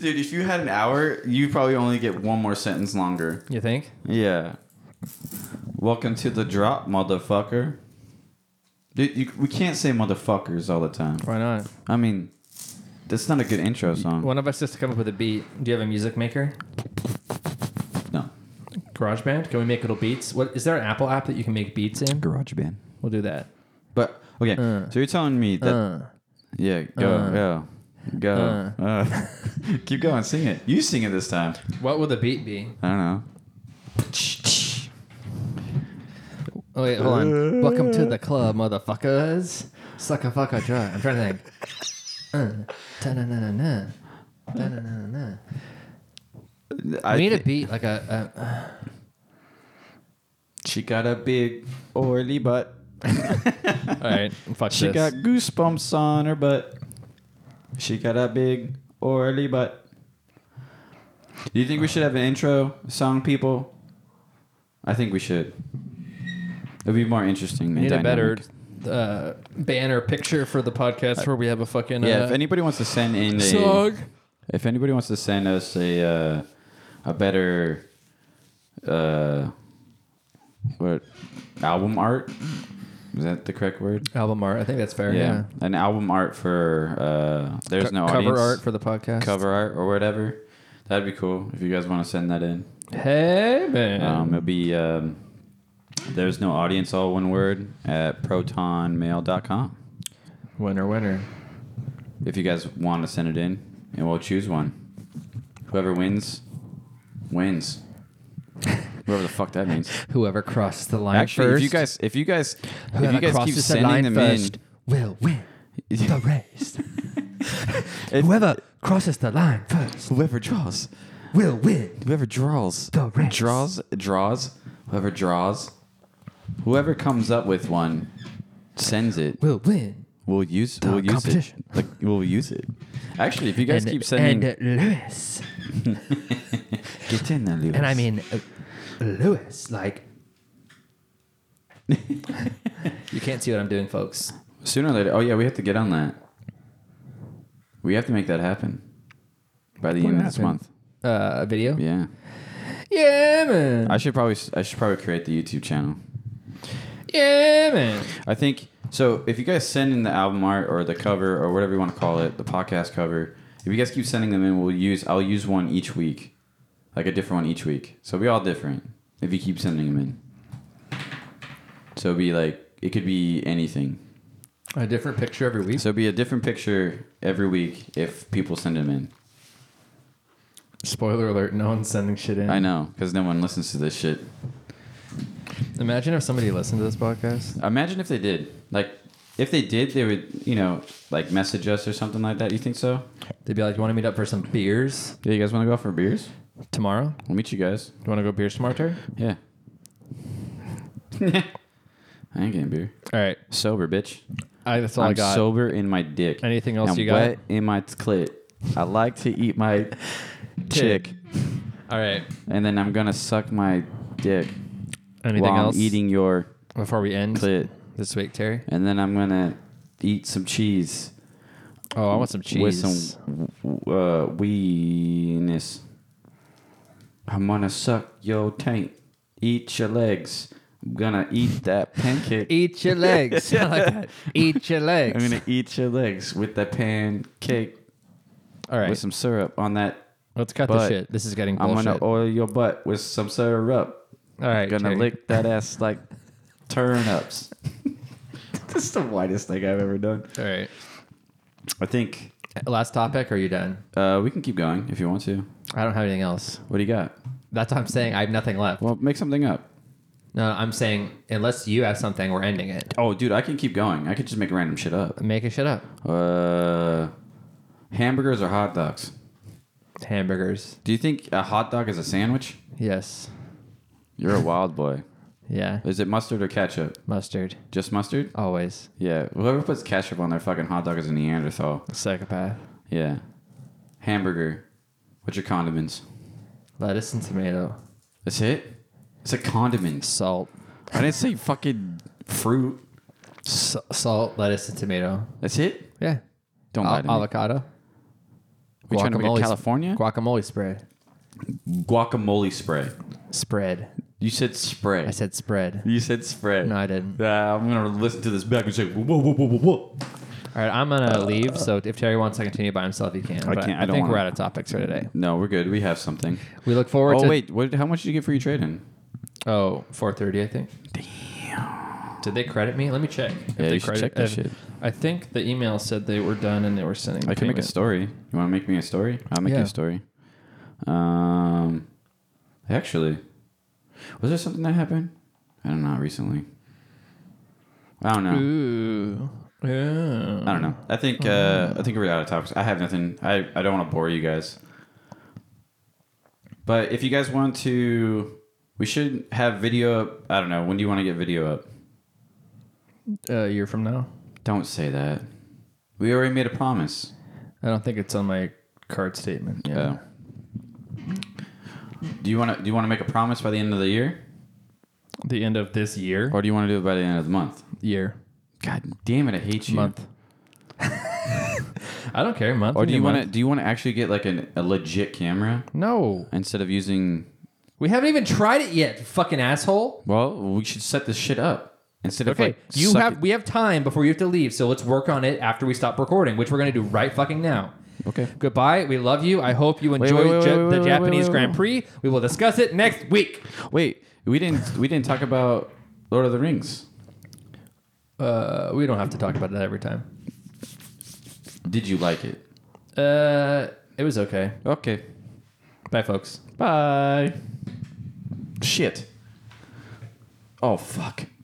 dude? If you had an hour, you probably only get one more sentence longer. you think? Yeah. Welcome to the drop, motherfucker. Dude, you, we can't say motherfuckers all the time. Why not? I mean, that's not a good intro song. One of us has to come up with a beat. Do you have a music maker? No. GarageBand? Can we make little beats? What is there an Apple app that you can make beats in? Garage band. We'll do that. But okay, Uh. so you're telling me that Uh, yeah, go, Uh. go, go. Uh. Uh. *laughs* Keep going, sing it. You sing it this time. what will the beat be? I don't know. Oh wait, Uh. *laughs* hold on. Welcome to the club, motherfuckers. Suck a fuck a drug. I'm trying to think. Uh, ta-na-na-na-na. Ta-na-na-na-na. I we need thi- a beat like a, a she got a big oily butt. all right. Fuck She this. got goosebumps on her butt. She got a big oily butt. Do you think we should have an intro song, people? I think we should. It'd be more interesting. we and need a better dynamic. uh, banner picture for the podcast where we have a fucking Yeah, uh, if anybody wants to send in a, song. if anybody wants to send us a uh, a better uh what album art is that the correct word? Album art. I think that's fair. Yeah. an album art for uh Co- there's no cover audience. art for the podcast. cover art or whatever. That'd be cool if you guys want to send that in. Hey man. Um, it'll be um, there's no audience, all one word at protonmail.com. winner, winner. If you guys want to send it in, and we'll choose one. Whoever wins, wins. *laughs* Whoever the fuck that means. Whoever crosses the line Actually, first. if you guys, if you guys, if whoever you guys keep crosses the sending line them first *laughs* in, will win the race. *laughs* If- whoever crosses the line first whoever draws, will win. whoever draws, The race. draws, draws, whoever draws, whoever comes up with one, sends it. Will win. We'll use The we'll use it. competition. Like we'll use it. Actually, if you guys and, keep sending, and Lewis, get in there, Lewis. and I mean uh, Lewis, *laughs* like. you can't see what I'm doing, folks. sooner or later. Oh yeah, we have to get on that. We have to make that happen by the What end of this happened? month. Uh, a video. Yeah, Yeah, man. I should probably I should probably create the YouTube channel. yeah, man. I think so. If you guys send in the album art or the cover or whatever you want to call it, the podcast cover. If you guys keep sending them in, we'll use I'll use one each week, like a different one each week. So it'll be all different if you keep sending them in. So it'd be like it could be anything. A different picture every week. So it'd be a different picture every week if people send them in. Spoiler alert: No one's sending shit in. I know because no one listens to this shit. Imagine if somebody listened to this podcast. Imagine if they did. Like if they did, they would you know like message us or something like that. You think so? They'd be like, "You want to meet up for some beers Yeah, you guys want to go out for beers? tomorrow? We'll meet you guys. You want to go beers tomorrow, Terry? *laughs* Yeah. I ain't getting beer. All right, Sober, bitch. I, that's all i I'm got. sober in my dick. Anything else I'm you got? Wet in my clit. I like to *laughs* eat my chick, all right. and then I'm gonna suck my dick Anything while else I'm eating your before we end clit, this week, Terry? and then I'm gonna eat some cheese, Oh, I want some cheese. with some uh, weeness. I'm gonna suck your taint, eat your legs. I'm gonna eat that pancake. *laughs* Eat your legs. *laughs* I like that. Eat your legs. I'm gonna eat your legs with that pancake all right, with some syrup on that. let's cut but the shit. This is getting I'm bullshit. gonna oil your butt with some syrup. all right, gonna Terry. lick that ass like *laughs* turnips. this is the whitest thing I've ever done. All right. I think Last topic. Are you done? uh, we can keep going if you want to. I don't have anything else. What do you got? That's what I'm saying. I have nothing left. Well, make something up. No, I'm saying unless you have something, we're ending it. Oh, dude, I can keep going. I could just make random shit up. Make a shit up. Uh, hamburgers or hot dogs? Hamburgers. Do you think a hot dog is a sandwich? Yes. You're a wild boy. Yeah. Is it mustard or ketchup? Mustard. Just mustard? Always. Yeah, whoever puts ketchup on their fucking hot dog is a Neanderthal. Psychopath. Yeah. Hamburger. What's your condiments? Lettuce and tomato. That's it? It's a condiment. Salt. I didn't say fucking fruit. S- salt, lettuce, and tomato. That's it? Yeah. Don't lie to me. avocado. We trying to be to Uh, guacamole. California? Guacamole spread. Guacamole spray. Spread. You said spray. I said spread. you said spray. No, I didn't. Uh, I'm gonna listen to this back and say whoa whoa whoa whoa whoa. All right, I'm gonna leave. So if Terry wants to continue by himself, he can. Uh, I but can't. I I, don't think we're wanna. out of topics for today. No, we're good. We have something. We look forward Oh to. wait, what, how much did you get for your trade-in? Oh, 4:30, I think. Damn. Did they credit me? Let me check. If Yeah, they you should check that if- shit. I think the email said they were done and they were sending. I can make a story. story. You want to make me a story? I'll make you Yeah. a story. Um, actually, was there something that happened? I don't know. Recently, I don't know. Ooh, Yeah. I don't know. I think uh, I think we're out of topics. I have nothing. I, I don't want to bore you guys. But if you guys want to, we should have video up. I don't know. When do you want to get video up? Uh, A year from now. Don't say that. We already made a promise. I don't think it's on my card statement. Yeah. Uh, Do you want to do you want to make a promise by the end of the year, The end of this year. or do you want to do it by the end of the month? Year. God damn it! I hate you. Month. *laughs* I don't care. Month. Or do you want to do you want to actually get like an, a legit camera No. instead of using? We haven't even tried it yet, fucking asshole. Well, we should set this shit up instead of Okay, like you suck have it- we have time before you have to leave, so let's work on it after we stop recording, which we're gonna do right fucking now. Okay. Goodbye. We love you. I hope you enjoy wait, wait, Ja- wait, the wait, Japanese wait, wait, Grand wait. Prix. We will discuss it next week. Wait, we didn't we didn't talk about Lord of the Rings. Uh, we don't have to talk about that every time. Did you like it? Uh, it was okay. Okay. Bye, folks. Bye. Shit. Oh fuck.